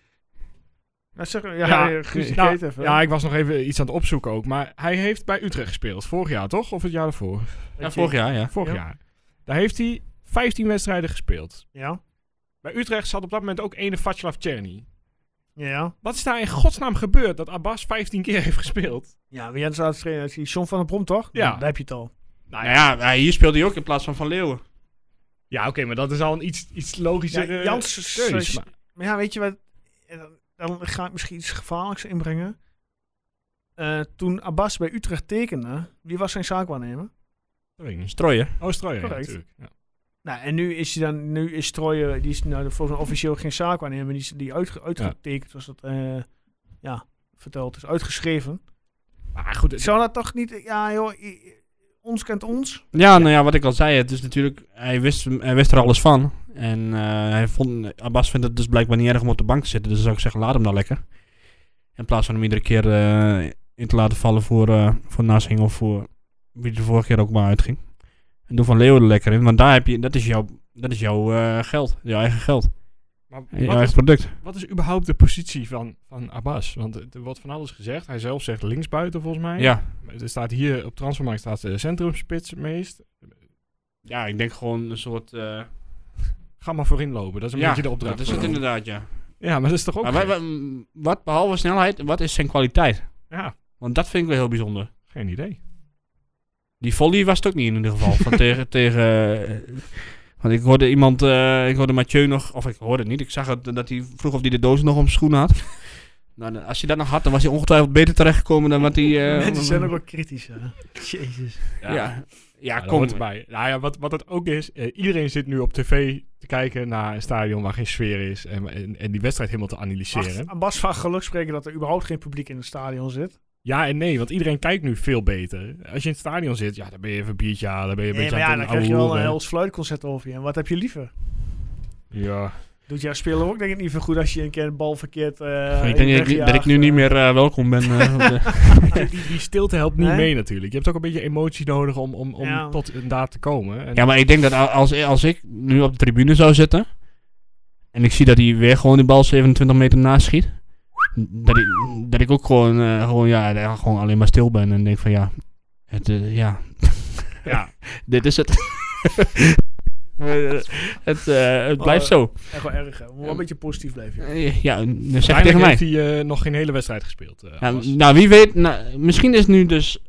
Nou, zeg, ja, ja, Guus, ik
nou,
weet even.
ja, ik was nog even iets aan het opzoeken ook. Maar hij heeft bij Utrecht gespeeld. Vorig jaar, toch? Of het jaar daarvoor?
Ja, vorig jaar, ja.
Vorig
Ja.
jaar. Daar heeft hij 15 wedstrijden gespeeld.
Ja,
Bij Utrecht zat op dat moment ook ene Václav Czerny.
ja.
Wat is daar in godsnaam gebeurd dat Abbas 15 keer heeft gespeeld?
Ja, maar Jens laatste trainer is die John van der Brom, toch?
Ja.
Daar heb je het al.
Nou ja, hij- hier speelde hij ook in plaats van Van Leeuwen.
Ja, oké, maar dat is al een iets, iets
Ja,
logischer.
Jans...
keus, eh, maar-
Maar ja, weet je wat? En dan- Dan ga ik misschien iets gevaarlijks inbrengen. Eh, toen Abbas bij Utrecht tekende, wie was zijn zaakwaarnemer?
Strooien.
Australië,
Correct.
natuurlijk. Ja.
Nou, en nu is hij dan, nu is Troje, die is nou, volgens mij officieel geen zaakwaarnemer, die is die uitge, uitgetekend, zoals dat, eh, ja, verteld is, uitgeschreven.
Maar goed, het-
Zou dat toch niet, ja joh, i- i- ons kent ons?
Ja, nou ja, wat ik al zei, het is natuurlijk, hij wist, hij wist er alles van. En eh, hij vond, Abbas vindt het dus blijkbaar niet erg om op de bank te zitten. Dus dan zou ik zeggen, laat hem dan lekker. In plaats van hem iedere keer eh, in te laten vallen voor, eh voor Nassing of voor wie de vorige keer ook maar uitging. En doe Van Leeuwen er lekker in, want daar heb je, dat is jouw, dat is jouw eh, geld, jouw eigen geld,
maar
jouw
wat,
eigen
is,
product.
wat is überhaupt de positie van, van Abbas? Want het- er wordt van alles gezegd. Hij zelf zegt linksbuiten, volgens mij.
Ja.
Er staat hier op transfermarkt staat de centrumspits het meest.
ja, ik denk gewoon een soort... eh,
Ga maar voorin lopen. Dat is een
ja,
beetje de opdracht.
dat is het
voor hem.
inderdaad, ja.
Ja, maar dat is toch ook...
Maar wa- wa- wat, behalve snelheid, wat is zijn kwaliteit?
ja,
Want dat vind ik wel heel bijzonder.
geen idee.
Die volley was het ook niet in ieder geval. Van
(laughs)
tegen, tegen, eh, want ik hoorde iemand, eh, ik hoorde Mathieu nog, of ik hoorde het niet, ik zag het, eh, dat hij vroeg of hij de doos nog om zijn schoenen had. Nou, dan- als hij dat nog had, dan was hij ongetwijfeld beter terechtgekomen dan wat hij... eh,
(laughs) Mensen zijn ook wel kritisch, hè. Jezus.
Ja, ja,
Ja,
kom.
komt erbij. Nou ja, wat, wat het ook is, eh, iedereen zit nu op tv te kijken naar een stadion waar geen sfeer is en, en, en die wedstrijd helemaal te analyseren.
Wacht, Abbas van geluk spreken dat er überhaupt geen publiek in het stadion zit.
Ja en nee, want iedereen kijkt nu veel beter. Als je in het stadion zit, ja, dan ben je even een biertje halen, dan ben je een
Nee, maar
beetje
ja,
aan
dan
het
krijg je wel een
ouwehoeren.
heel fluitconcert over je. En wat heb je liever?
Ja,
Doet jouw speler ook denk ik niet veel goed als je een keer een bal verkeerd... eh,
ik denk dat ik, dat ik
(laughs)
nu niet meer eh, welkom ben. eh, op de-
die, die, die stilte helpt niet
Hè?
mee natuurlijk. Je hebt ook een beetje emotie nodig om, om, om
Ja.
tot een daad te komen. En
ja, maar ik denk dat als, als ik nu op de tribune zou zitten en ik zie dat hij weer gewoon die bal 27 meter naast schiet, dat ik, dat ik ook gewoon, eh, gewoon, ja, ja, gewoon alleen maar stil ben en denk van ja, het, eh, ja,
ja,
(laughs) dit is het. Eh, het, eh,
Oh.
het blijft zo.
Echt wel erg, hè. Moet wel een beetje positief blijven. joh.
Eh, Ja, dan zeg het tegen
uiteindelijk
mij.
heeft hij eh, nog geen hele wedstrijd gespeeld. eh,
Ja,
Abbas.
nou, wie weet, nou, misschien is nu dus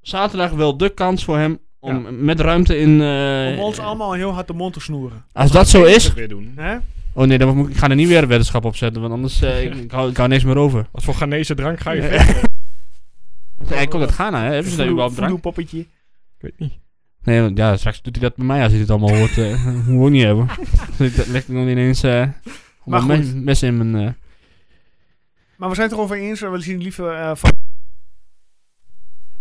zaterdag wel de kans voor hem om met ruimte in. eh,
Om ons allemaal heel hard de mond te snoeren.
Als dat zo is,
Dat weer doen.
Hè?
Oh nee, dan moet ik, ik ga er niet weer een weddenschap op zetten, want anders eh ik, ik hou, ik hou niks meer over.
Wat voor Ghanese drank ga je
Ja. (laughs)
verder?
Hij komt uit Ghana, hè? Hebben ze daar
Vloe-
überhaupt drank?
vloeipoppetje.
Ik weet niet.
Nee, want ja, straks doet hij dat bij mij als hij dit allemaal hoort. eh (laughs) moet ik niet hebben.
(laughs)
Dus dat legt nog ineens eh
Maar
maar
goed.
mes, mes in mijn... eh,
Maar we zijn het erover eens. We zien liever eh, van...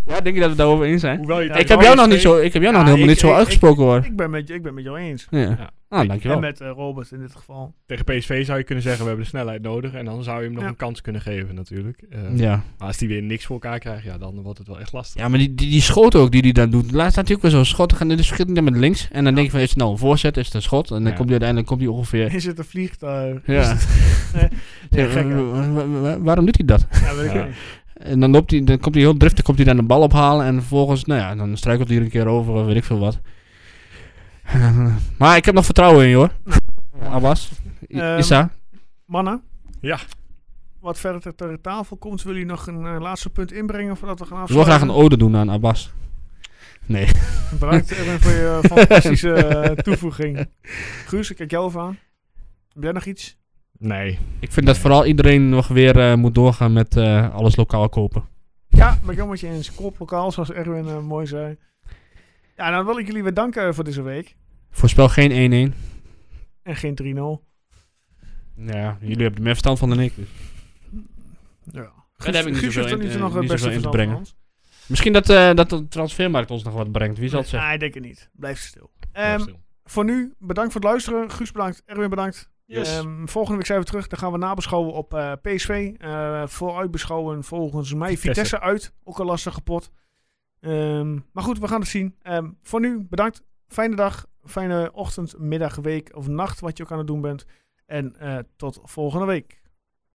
Ja, denk je dat we het daarover eens zijn?
Hoewel je
Ja,
tegen
ik heb jou nog
PSV
niet zo, ik heb jou nog
Ja,
helemaal
ik-
niet zo
ik- ik-
uitgesproken hoor.
Ik ben, met, je- ik ben met jou eens.
ja.
Ja.
Nou,
En
dankjewel.
met eh, Robert in dit geval.
Tegen PSV zou je kunnen zeggen, we hebben de snelheid nodig. En dan zou je hem nog
Ja.
een kans kunnen geven natuurlijk. Eh,
Ja.
Maar als die weer niks voor elkaar krijgt, ja, dan wordt het wel echt lastig.
ja, maar die, die, die schot ook die hij dan doet. Laatst had hij ook weer zo'n schot. Dan gaat- Dus schiet hij dan met links. En dan denk je van, is het nou een voorzet? Is het een schot? En dan
Ja.
komt hij uiteindelijk komt hij ongeveer...
(laughs) Is het een vliegtuig?
Ja. (laughs)
Ja, gek, hè?
Dus Wa- wa- wa- waarom doet hij dat?
Ja, weet ik
Ja.
niet.
En dan, loopt hij, dan komt hij heel driftig, komt hij dan de bal ophalen. En vervolgens, nou ja, dan struikelt hij er een keer over of weet ik veel wat. maar ik heb nog vertrouwen in je hoor. Abbas, I-
Ehm,
Issa.
Mannen?
Ja.
wat verder ter, ter tafel komt, wil je nog een eh, laatste punt inbrengen voordat we gaan
Ik wil
afsluiten?
graag een ode doen aan Abbas. Nee.
Bedankt Erwin voor je fantastische eh, toevoeging. Guus, ik kijk jou even aan. Heb jij nog iets?
Nee.
Ik vind dat vooral iedereen nog weer eh, moet doorgaan met eh, alles lokaal kopen.
Ja, ben ik helemaal met je eens. Koop lokaal, zoals Erwin eh, mooi zei. Ja, dan wil ik jullie weer danken eh, voor deze week.
Voorspel geen 1-1.
En geen 3-0.
Ja, jullie hebben er meer verstand van dan ik. dus.
Ja.
Daar heb ik niet
Guus
zoveel
heeft er
in-
niet
eh,
nog het
niet
beste
zoveel in te
verstand
brengen.
van ons.
Misschien dat, eh, dat de transfermarkt ons nog wat brengt. Wie zal het zeggen?
Nee, ik denk het niet. Blijf stil. Ehm, voor nu, bedankt voor het luisteren. Guus bedankt, Erwin bedankt. Ehm, volgende week zijn we terug. Dan gaan we nabeschouwen op eh, PSV. Eh vooruitbeschouwen volgens mij Vitesse,
Vitesse.
uit. Ook een lastige pot. Ehm, maar goed, we gaan het zien. Ehm, voor nu, bedankt. Fijne dag, fijne ochtend, middag, week of nacht, wat je ook aan het doen bent. En eh, tot volgende week.